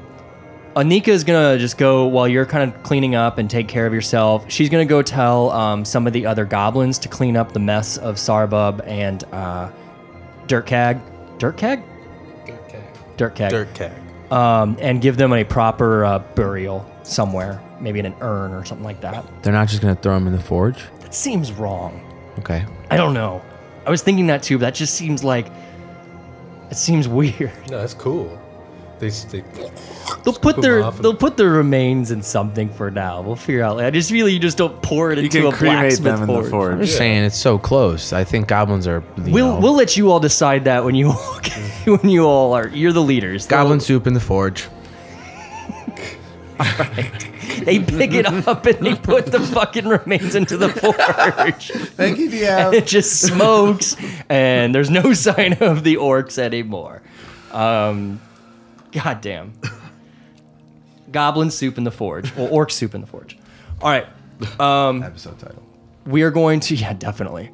Anika is gonna just go while you're kind of cleaning up and take care of yourself. She's gonna go tell um, some of the other goblins to clean up the mess of Sarbub and uh, Dirtcag. Dirtcag. Dirtcag. Dirt keg. Um, and give them a proper uh, burial somewhere, maybe in an urn or something like that. They're not just gonna throw him in the forge. That seems wrong. Okay. I don't know. I was thinking that too, but that just seems like it seems *laughs* weird. No, that's cool. They, s- they They'll put them their off and- they'll put their remains in something for now. We'll figure out. I just really you just don't pour it you into can a cremate blacksmith them in the forge. I'm forge. just saying it's so close. I think goblins are. You We'll know, we'll let you all decide that when you all *laughs* when you all are you're the leaders. They'll- goblin soup in the forge. they pick it up and they put the fucking remains into the forge. Thank you, and DM. it just smokes, and there's no *laughs* sign of the orcs anymore. Um, goddamn. Goblin soup in the forge, or orc soup in the forge. All right, Episode title. we are going to *laughs* yeah, definitely.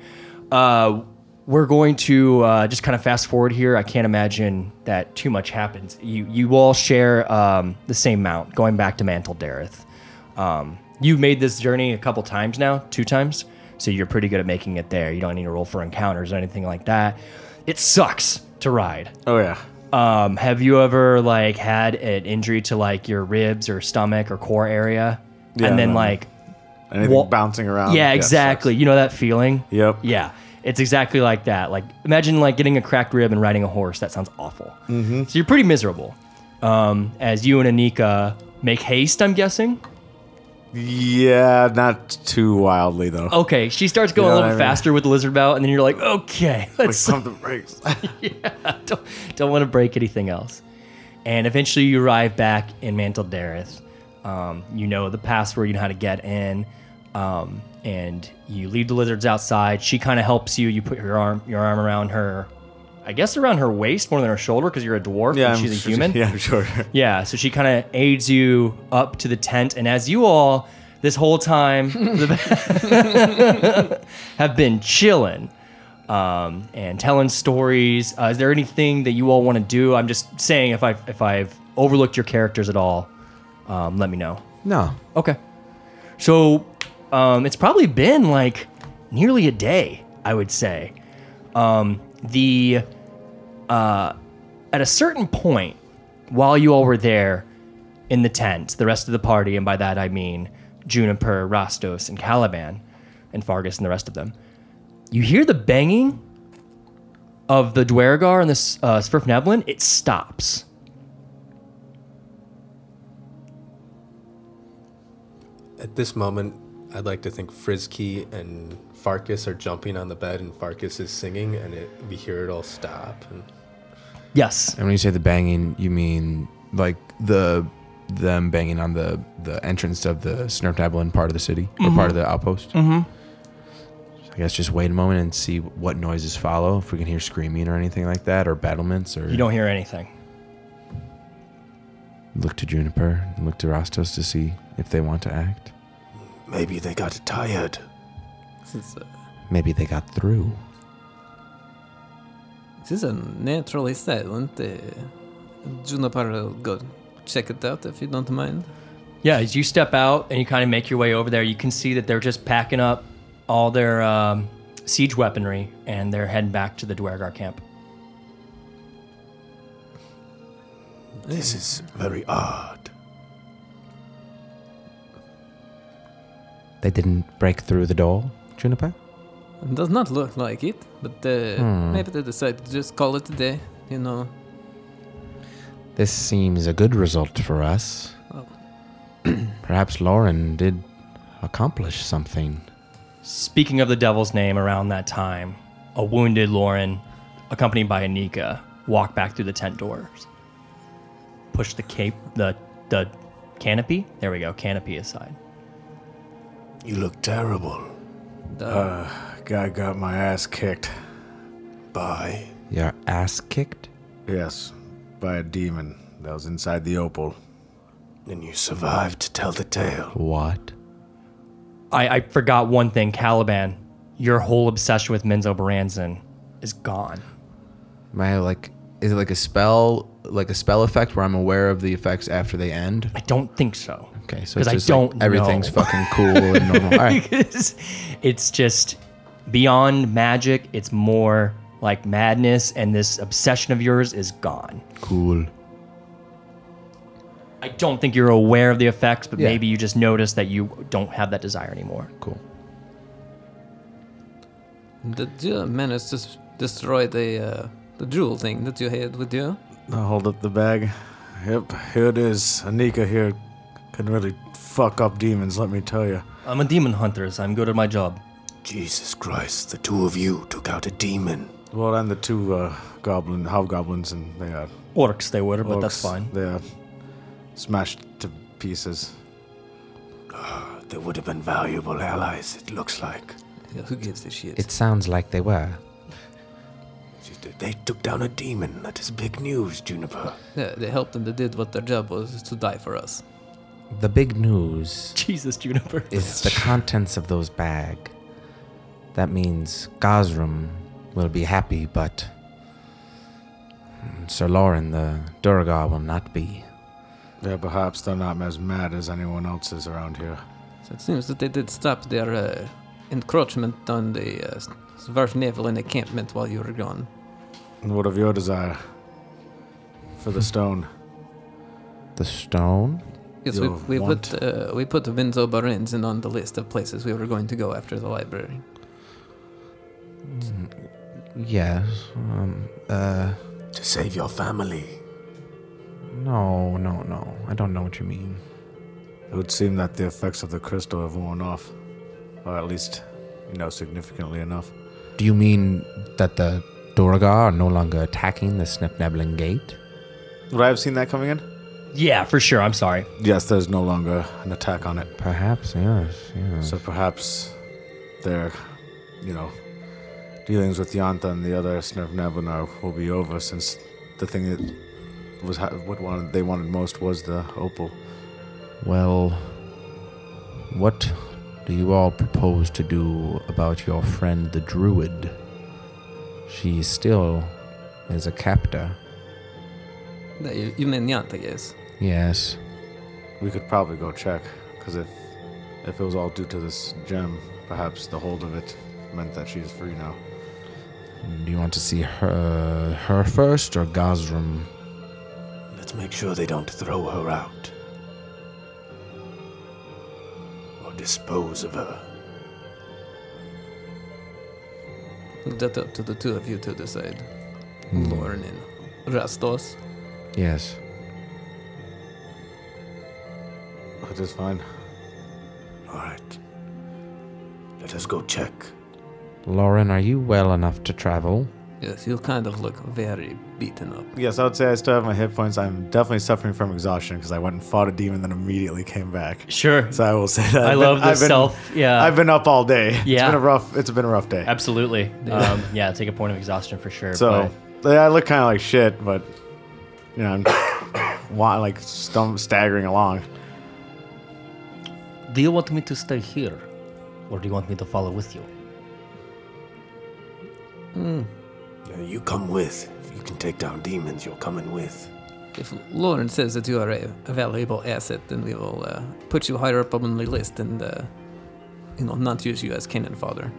Uh, we're going to uh, just kind of fast forward here. I can't imagine that too much happens. You you all share um, the same mount, going back to Mantle Dareth. Um, you've made this journey a couple times now, two times, so you're pretty good at making it there. You don't need to roll for encounters or anything like that. It sucks to ride. Oh yeah. Um, have you ever like had an injury to like your ribs or stomach or core area, Yeah, and then no, no. like Anything Well- bouncing around. yeah, yes, exactly. You know that feeling? Yep. Yeah. It's exactly like that. Like imagine like getting a cracked rib and riding a horse. That sounds awful. Mm-hmm. So you're pretty miserable. Um, as you and Anika make haste, I'm guessing. that's- Yeah, not too wildly though. Okay, she starts going know a what little I mean? faster with the lizard bow, and then you're like, okay, like let's pump the brakes. *laughs* yeah, don't, don't want to break anything else. And eventually you arrive back in Mantle Dareth. Um, you know the password, you know how to get in. Um, and you leave the lizards outside. She kind of helps you. You put your arm your arm around her, I guess around her waist more than her shoulder because you're a dwarf yeah, and I'm she's a sure- human. *laughs* Yeah, I'm sure. Yeah, so she kind of aids you up to the tent, and as you all this *laughs* whole time *laughs* the- have been chilling um, and telling stories. Uh, is there anything that you all want to do? I'm just saying if I if I've overlooked your characters at all, um, let me know. No. Okay. So um, it's probably been like nearly a day, I would say. Um, the uh, at a certain point, while you all were there in the tent, the rest of the party, and by that I mean Juniper, Rostos, and Caliban, and Fargus, and the rest of them, you hear the banging of the Dwergar and the S- uh, Svirfneblin. It stops. At this moment, I'd like to think Frisky and Farkas are jumping on the bed, and Farkas is singing, and it, we hear it all stop. And Yes. And when you say the banging, you mean like the them banging on the the entrance of the Snurfnablin part of the city or part of the outpost. Mm-hmm. I guess just wait a moment and see what noises follow. If we can hear screaming or anything like that, or battlements, or You don't hear anything. look to Juniper and look to Rostos to see if they want to act. maybe they got tired. This is, uh, Maybe they got through. this is a naturally silent. Uh, Juniper will go check it out if you don't mind. Yeah, as you step out and you kind of make your way over there, you can see that they're just packing up all their um, siege weaponry and they're heading back to the Dwergar camp. This is very odd. They didn't break through the door, Juniper. It does not look like it, but uh, maybe they decide to just call it a day. You know, This seems a good result for us. Oh. Perhaps Lauren did accomplish something. Speaking of the devil's name around that time, a wounded Lauren, accompanied by Anika, walk back through the tent doors, push the cape, the, the canopy. There we go. Canopy aside. You look terrible. Uh, guy got my ass kicked. Bye. Your ass kicked? Yes, by a demon that was inside the opal. And you survived to tell the tale. What? I, I forgot one thing, Caliban. Your whole obsession with Menzo Baranzan is gone. Am I like? Is it like a spell, like a spell effect where I'm aware of the effects after they end? I don't think so. Okay, so 'Cause it's I just like, don't know. everything's fucking cool and normal. All right. *laughs* Because it's just beyond magic. It's more like madness, and this obsession of yours is gone. Cool. I don't think you're aware of the effects, but Yeah. maybe you just notice that you don't have that desire anymore. Cool. Did you manage to s- destroy the uh, the jewel thing that you had with you? I'll hold up the bag. Yep, here it is. Anika here can really fuck up demons, let me tell you. I'm a demon hunter, so I'm good at my job. Jesus Christ, the two of you took out a demon. Well, and the two uh, goblin, hobgoblins, and they are. Orcs, they were, but that's *laughs* orcs, fine. They are smashed to pieces. They would have been valuable allies, it looks like. Yeah, who gives a shit? It sounds like they were. They took down a demon. That is big news, Juniper. Yeah, they helped and they did what their job was is to die for us. The big news Jesus, Juniper. is the contents of those bag. That means Gazrum will be happy, but Sir Lauren the Durgar will not be. Yeah, perhaps they're not as mad as anyone else is around here. So it seems that they did stop their uh, encroachment on the uh, Svarth Naval encampment while you were gone. And what of your desire for *laughs* the stone? The stone? Yes, we, Your we put uh, we put Vinzo Barenzen on the list of places we were going to go after the library. Yes. Um, uh, To save your family. no, no, no. I don't know what you mean. It would seem that the effects of the crystal have worn off, or at least, you know, significantly enough. Do you mean that the Durgar are no longer attacking the Snipneblin Gate? Would I have seen that coming in? Yeah, for sure. I'm sorry. Yes, there's no longer an attack on it. Perhaps, yes, yes. So perhaps their, you know, dealings with Yantha and the other Snevnebinar will be over since the thing that was ha- what wanted, they wanted most was the opal. Well, what do you all propose to do about your friend the druid? She still is a captor. Yeah, You, you mean Yanta, yes? Yes. We could probably go check, because if if it was all due to this gem, perhaps the hold of it meant that she's free now. Do you want to see her her first or Gazrum? Let's make sure they don't throw her out. Or dispose of her. Leave that up to the two of you to decide. Lauren and Rastos. Yes. It is fine. Alright. Let us go check. Lauren, are you well enough to travel? Yes, you kind of look very beaten up. Yes, I would say I still have my hit points. I'm definitely suffering from exhaustion because I went and fought a demon, then immediately came back. Sure. So I will say that I I've *laughs* love been, the I've been- self. Yeah. I've been up all day. Yeah. it's been a rough. It's been a rough day. Absolutely. *laughs* Um, yeah, take a point of exhaustion for sure. So yeah, I look kind of like shit, but you know, I'm *coughs* wa- like stum- staggering along. but- do you want me to stay here, or do you want me to follow with you? Now Uh, You come with. If you can take down demons, you're coming with. If Lauren says that you are a, a valuable asset, then we will uh, put you higher up on the list and, uh, you know, not use you as cannon fodder.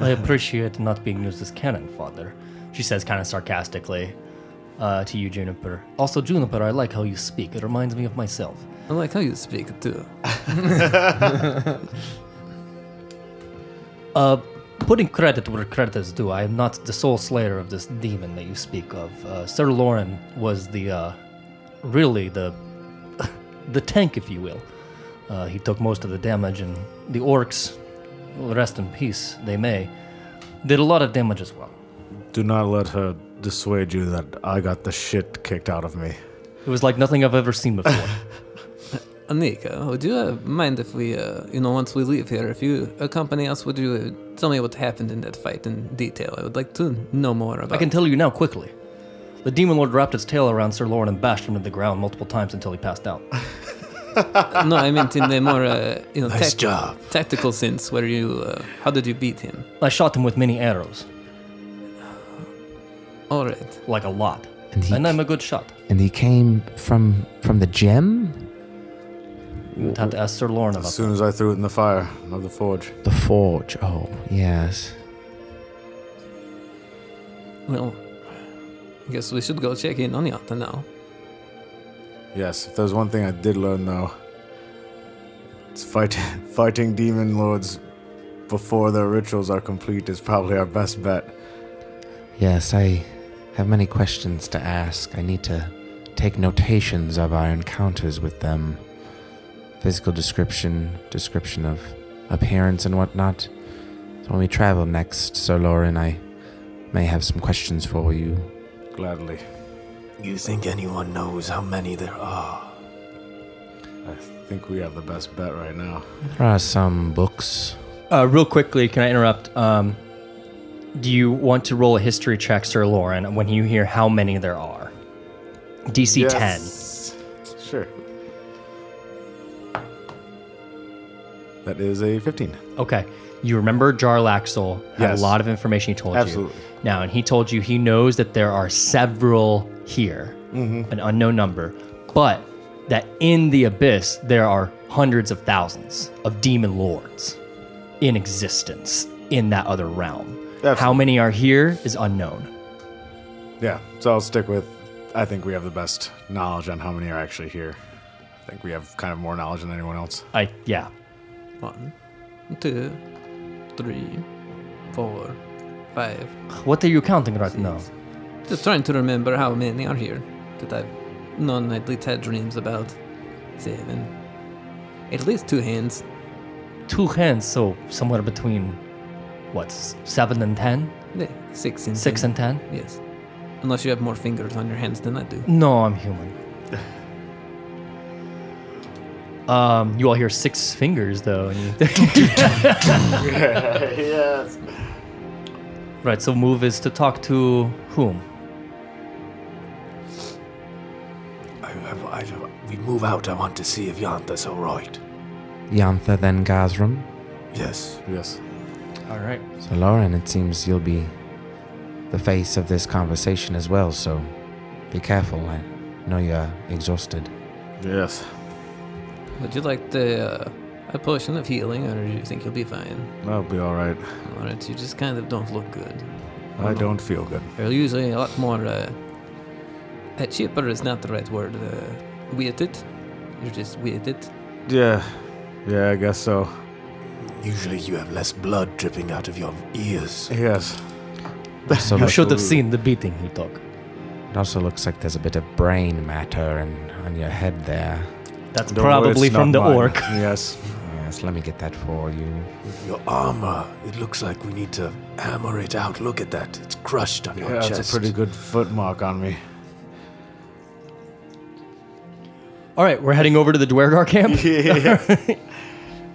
I appreciate not being used as cannon fodder, she says kind of sarcastically uh, to you, Juniper. Also, Juniper, I like how you speak. It reminds me of myself. I like how you speak too. Uh, putting credit where credit is due, I am not the sole slayer of this demon that you speak of. Uh, Sir Lauren was the, uh, really the, *laughs* the tank, if you will. Uh, he took most of the damage, and the orcs, rest in peace, they may, did a lot of damage as well. Do not let her dissuade you that I got the shit kicked out of me. It was like nothing I've ever seen before. Anika, would you uh, mind if we, uh, you know, once we leave here, if you accompany us, would you uh, tell me what happened in that fight in detail? I would like to know more about I can tell you now quickly. The demon lord wrapped his tail around Sir Lauren and bashed him to the ground multiple times until he passed out. No, I meant in the more, uh, you know, Nice job. tactical sense, where you, uh, how did you beat him? I shot him with many arrows, All right. like a lot. And he- And I'm a good shot. And he came from from the gem, I'd have to ask Sir Lauren about As that. soon as I threw it in the fire of the forge. the forge. Oh, yes. Well, I guess we should go check in on Yata now. Yes, if there's one thing I did learn though, it's fight, fighting *laughs* demon lords before their rituals are complete is probably our best bet. Yes, I have many questions to ask. I need to take notations of our encounters with them. Physical description, description of appearance and whatnot. So when we travel next, Sir Lauren, I may have some questions for you. Gladly. You think anyone knows how many there are? I think we have the best bet right now. There are some books. Uh, real quickly, can I interrupt? Um, do you want to roll a history check, Sir Lauren, when you hear how many there are? DC 10. Sure. That is a 15. 10. Okay. You remember Jarlaxle had Yes. a lot of information he told Absolutely. you. Now, and he told you he knows that there are several here, Mm-hmm. an unknown number, but that in the abyss there are hundreds of thousands of demon lords in existence in that other realm. How Absolutely. many are here is unknown. Yeah, so I'll stick with I think we have the best knowledge on how many are actually here. I think we have kind of more knowledge than anyone else. I yeah. One, two, three, four, five. What are you counting right now? Just trying to remember how many are here that I've known at least had dreams about. Seven. At least two hands. Two hands, so somewhere between what s- seven and ten, Yeah, Six and six Mm-hmm. ten. and ten. Yes. Unless you have more fingers on your hands than I do. No, I'm human. Um, you all hear six fingers though. And you... Right. So move is to talk to whom? I, I, I, we move out. I want to see if Yanta's all right. Yantha, then Gazram. Yes. Yes. All right. So, Lauren, it seems you'll be the face of this conversation as well, so be careful. I know you're exhausted. Yes. Would you like the uh, a potion of healing, or do you think you'll be fine? That'll be all right. All right, you just kind of don't look good. I don't feel good. You're usually a lot more. Uh, uh, cheaper is not the right word. Uh, weighted. You're just weighted. Yeah. Yeah, I guess so. Usually you have less blood dripping out of your ears. Yes. So You should have seen the beating he took. It also looks like there's a bit of brain matter and on your head there. That's Don't worry, probably it's from the not mine. orc. *laughs* Yes. Yes, Uh, let me get that for you. Your armor. It looks like we need to hammer it out. Look at that. It's crushed on your Yeah, chest. it's a pretty good foot mark on me. All right, we're heading over to the Dwergar camp.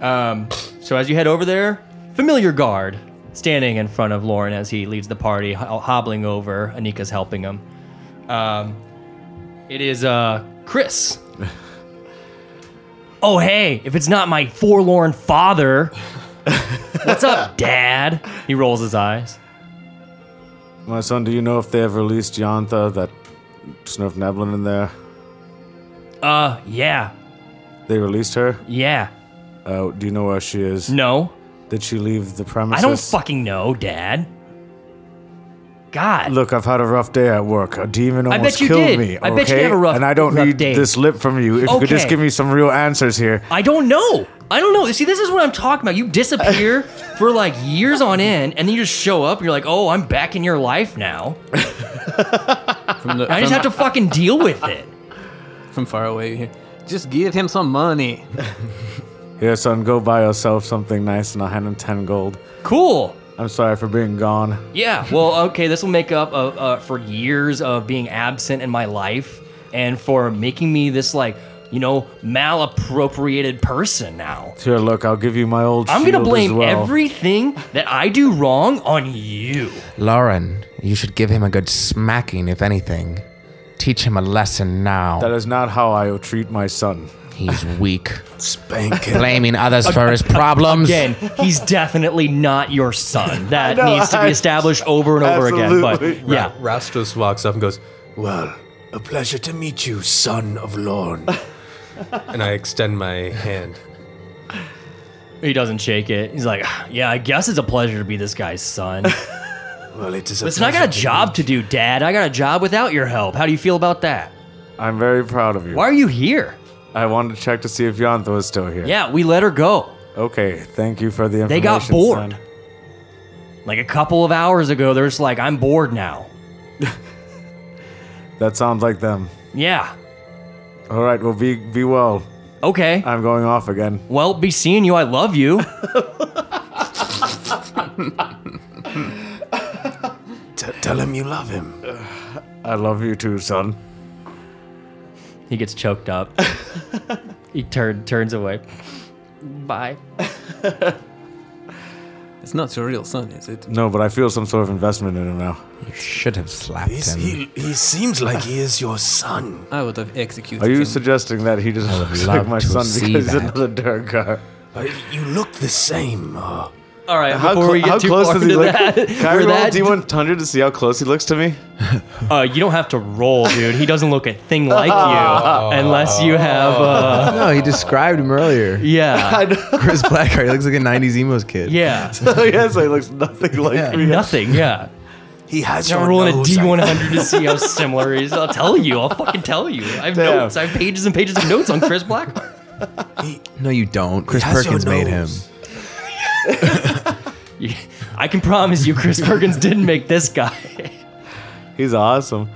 *laughs* um, so as you head over there, familiar guard standing in front of Lauren as he leads the party, ho- hobbling over. Anika's helping him. Um, it is uh, Chris. oh hey, if it's not my forlorn father. What's up, Dad? He rolls his eyes. My son, do you know if they have released Yantha, that Snurf Neblin in there? Uh, yeah, They released her? yeah. Uh, do you know where she is? No, Did she leave the premises? I don't fucking know, Dad. God. Look, I've had a rough day at work. A demon bet almost you killed did. me. I okay? bet you had a rough- And I don't rough need day. this lip from you. If you could just Okay. give me some real answers here. I don't know. I don't know. See, this is what I'm talking about. You *laughs* disappear for like years on end, and then you just show up. And you're like, oh, I'm back in your life now. From the, I just have to fucking deal with it. from far away. here. Just give him some money. *laughs* Here, son, go buy yourself something nice and I'll hand him 10 gold. Cool. I'm sorry for being gone. Yeah. Well, okay. This will make up uh, uh, for years of being absent in my life, and for making me this like you know, malappropriated person now. Here, look, I'll give you my old. I'm gonna shield as blame well. everything that I do wrong on you. Lauren, you should give him a good smacking, if anything. Teach him a lesson now. That is not how I treat my son. He's weak. Spank him. Blaming others for his problems. Again, he's definitely not your son. That needs to be established over and over again. But Absolutely. yeah, Rastos walks up and goes, Well, a pleasure to meet you, son of Lorne. and I extend my hand. he doesn't shake it. He's like, yeah, I guess it's a pleasure to be this guy's son. Well, it is a Listen, I got a pleasure to job to do, Dad. I got a job without your help. How do you feel about that? I'm very proud of you. Why are you here? I wanted to check to see if Yantha is still here. Yeah, we let her go. Okay, thank you for the information. They got bored. son. Like a couple of hours ago, they're just like, I'm bored now. That sounds like them. Yeah. All right, well, be be well. Okay. I'm going off again. Well, be seeing you. I love you. T- tell him you love him. I love you too, son. He gets choked up. he turn, turns away. Bye. It's not your real son, is it? No, but I feel some sort of investment in him now. You should have slapped He's, him. he, he seems like he is your son. I would have executed Are you him. suggesting that he just *laughs* looks like love my to son because see he's that. another Durgar? Uh, you look the same. Uh, All right. How, before clo- we get how too close far does he into look? *laughs* that, Can I we're roll that- D100 to see how close he looks to me? *laughs* uh, you don't have to roll, dude. He doesn't look a *laughs* thing like you unless you have. Uh, No, he described him earlier. yeah. Chris Blackheart. He looks like a 90s emos kid. *laughs* Yeah. Oh, yes, he looks *laughs* nothing like me. Nothing. Yeah. he has I'm your rolling a nose. I- D100 to see how similar he is. I'll tell you. I'll fucking tell you. I have Damn. notes. I have pages and pages of notes on Chris Blackheart. No, you don't. Chris has your Perkins made him. nose. You- I can promise you, Chris Perkins didn't make this guy. *laughs* He's awesome.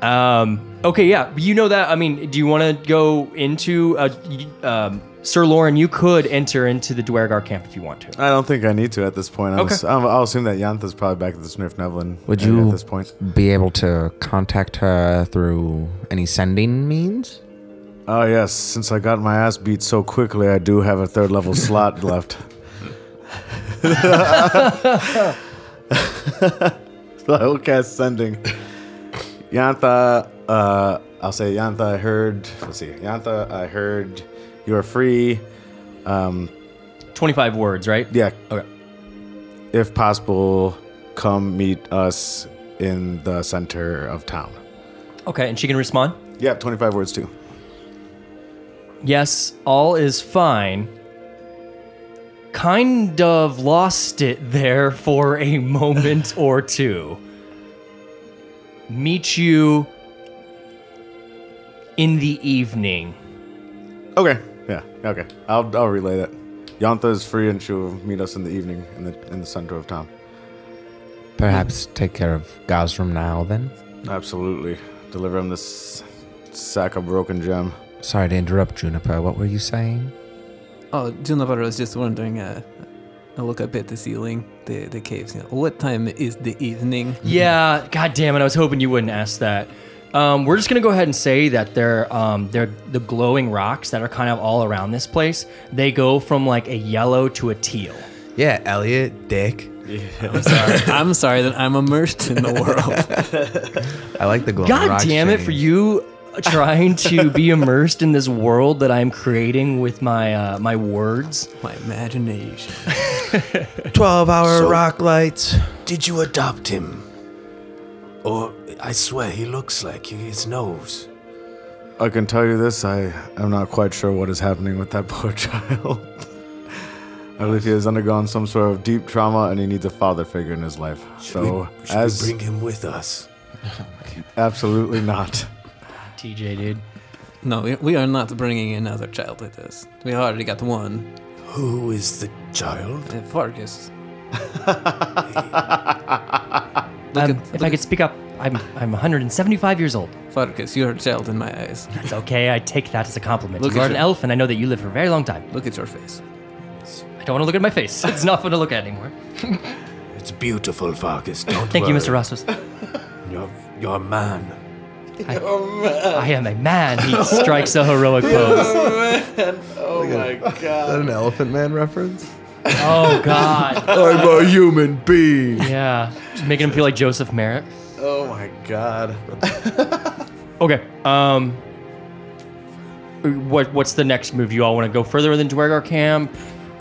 Um, okay, yeah, you know that. I mean, do you want to go into uh y um, Sir Lauren? You could enter into the Dwergar camp if you want to. I don't think I need to at this point. I'll, Okay. ass- I'll, I'll assume that Yantha's probably back at the Smith Nevelin Would area you- at this point. Be able to contact her through any sending means? Oh, yes. Since I got my ass beat so quickly, I do have a *laughs* third level slot left. *laughs* so I will cast Sending. Yantha, uh, I'll say, Yantha, I heard. Let's see. Yantha, I heard you are free. Um, Twenty-five words, right? yeah. Okay. If possible, come meet us in the center of town. Okay, and she can respond. Yeah, 25 words too. Yes, all is fine. Kind of lost it there for a moment or two. Meet you in the evening. Okay. Yeah. Okay. I'll I'll relay that. Yantha is free and she'll meet us in the evening in the in the center of town. Perhaps take care of Gazrum now, then? Absolutely. Deliver him this sack of broken gem. Sorry to interrupt, Juniper. What were you saying? Oh, Juniper, I was just wondering. Uh, I look up at the ceiling, the the caves. You know, what time is the *laughs* evening? Yeah, god damn it, I was hoping you wouldn't ask that. Um, we're just gonna go ahead and say that they're um, they're the glowing rocks that are kind of all around this place. They go from like a yellow to a teal. Yeah, Elliot, Dick. I'm sorry. I'm sorry that I'm immersed in the world. I like the glow. God damn it for you trying to be immersed in this world that I'm creating with my uh, my words. My *laughs* imagination. 12 hour So- rock lights. Did you adopt him? Or I swear he looks like you, his nose. I can tell you this, I am not quite sure what is happening with that *laughs* poor child. I believe he has undergone some sort of deep trauma and he needs a father figure in his life. Should, so we, should Oh, as we bring him with us? absolutely not. TJ dude. No, we, we are not bringing another child with us. We already got one. Who is the child? Uh, Fargus. Um, at- if I could speak up, I'm I'm 175 years old. Fargus, you're a child in my eyes. It's okay. I take that as a compliment. Look you at are an you. elf, and I know that you live for a very long time. Look at your face. I don't want to look at my *laughs* face. It's not fun to look at anymore. It's beautiful, Fargus. Don't Thank you, worry. Mr. Rostos. You're, you're a man. I am a man. *laughs* He strikes a heroic *laughs* pose. Oh my god. Is that an Elephant Man reference? Oh God. I'm a human being. Yeah. Just making him feel like Joseph Merritt. Oh my god. Okay. Um. What What's the next move? You all want to go further than Dwergar Camp?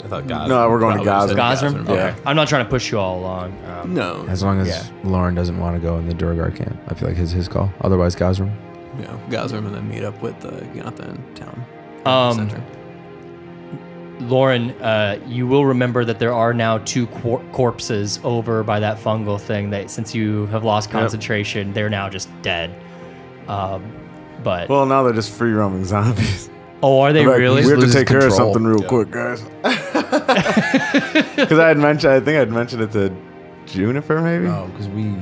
I thought God. *laughs* No, we're going to Probably Gaza. said Gosrim? Gosrim. Okay. I'm not trying to push you all along. Um, No. As long as Yeah. Lauren doesn't want to go in the Durgar camp, I feel like it's his call. Otherwise, Gazram. You know, Gazrim and then meet up with uh, Ginatha in town. Um, center. Lauren, uh, you will remember that there are now two cor- corpses over by that fungal thing. That since you have lost concentration, they're now just dead. Um, but Well, now they're just free roaming zombies. oh, are they Like, really? We have to Loses take care of control. something real quick, guys. *laughs* Because I had mentioned, I think I'd mentioned it to Juniper, maybe. No, because Oh, we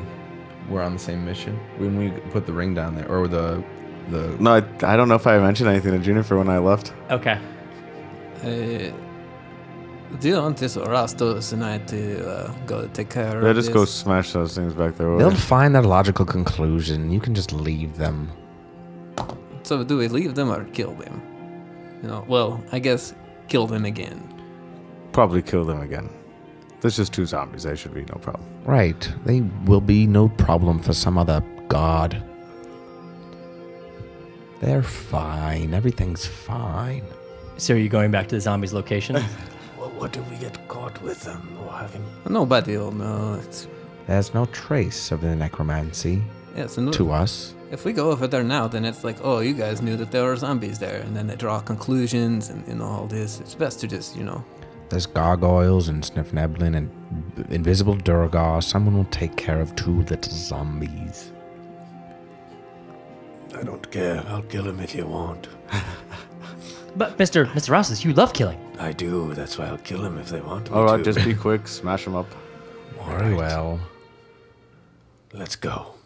were on the same mission when we put the ring down there, or the the. No, I, I don't know if I mentioned anything to Juniper when I left. Okay. Uh, do you want this Rastos and I to uh, go take care Yeah, of just this? go smash those things back there. They'll find their logical conclusion. You can just leave them. So do we leave them or kill them? You know, well, I guess kill them again. Probably kill them again. There's just two zombies. They should be no problem. Right. They will be no problem for some other god. They're fine. Everything's fine. So are you going back to the zombies' location? Well, what if we get caught with them or having Nobody will know. It's, There's no trace of the necromancy yes, and to us. if we go over there now, then it's like, oh, you guys knew that there were zombies there, and then they draw conclusions and you know all this. It's best to just, you know, There's gargoyles and Sniffneblin and b- invisible Durgar. Someone will take care of two little zombies. I don't care. I'll kill him if you want. but Mister Mister Rosses, you love killing. I do. That's why I'll kill him if they want me All to. right, just be quick. Smash them up. All Very well. Let's go.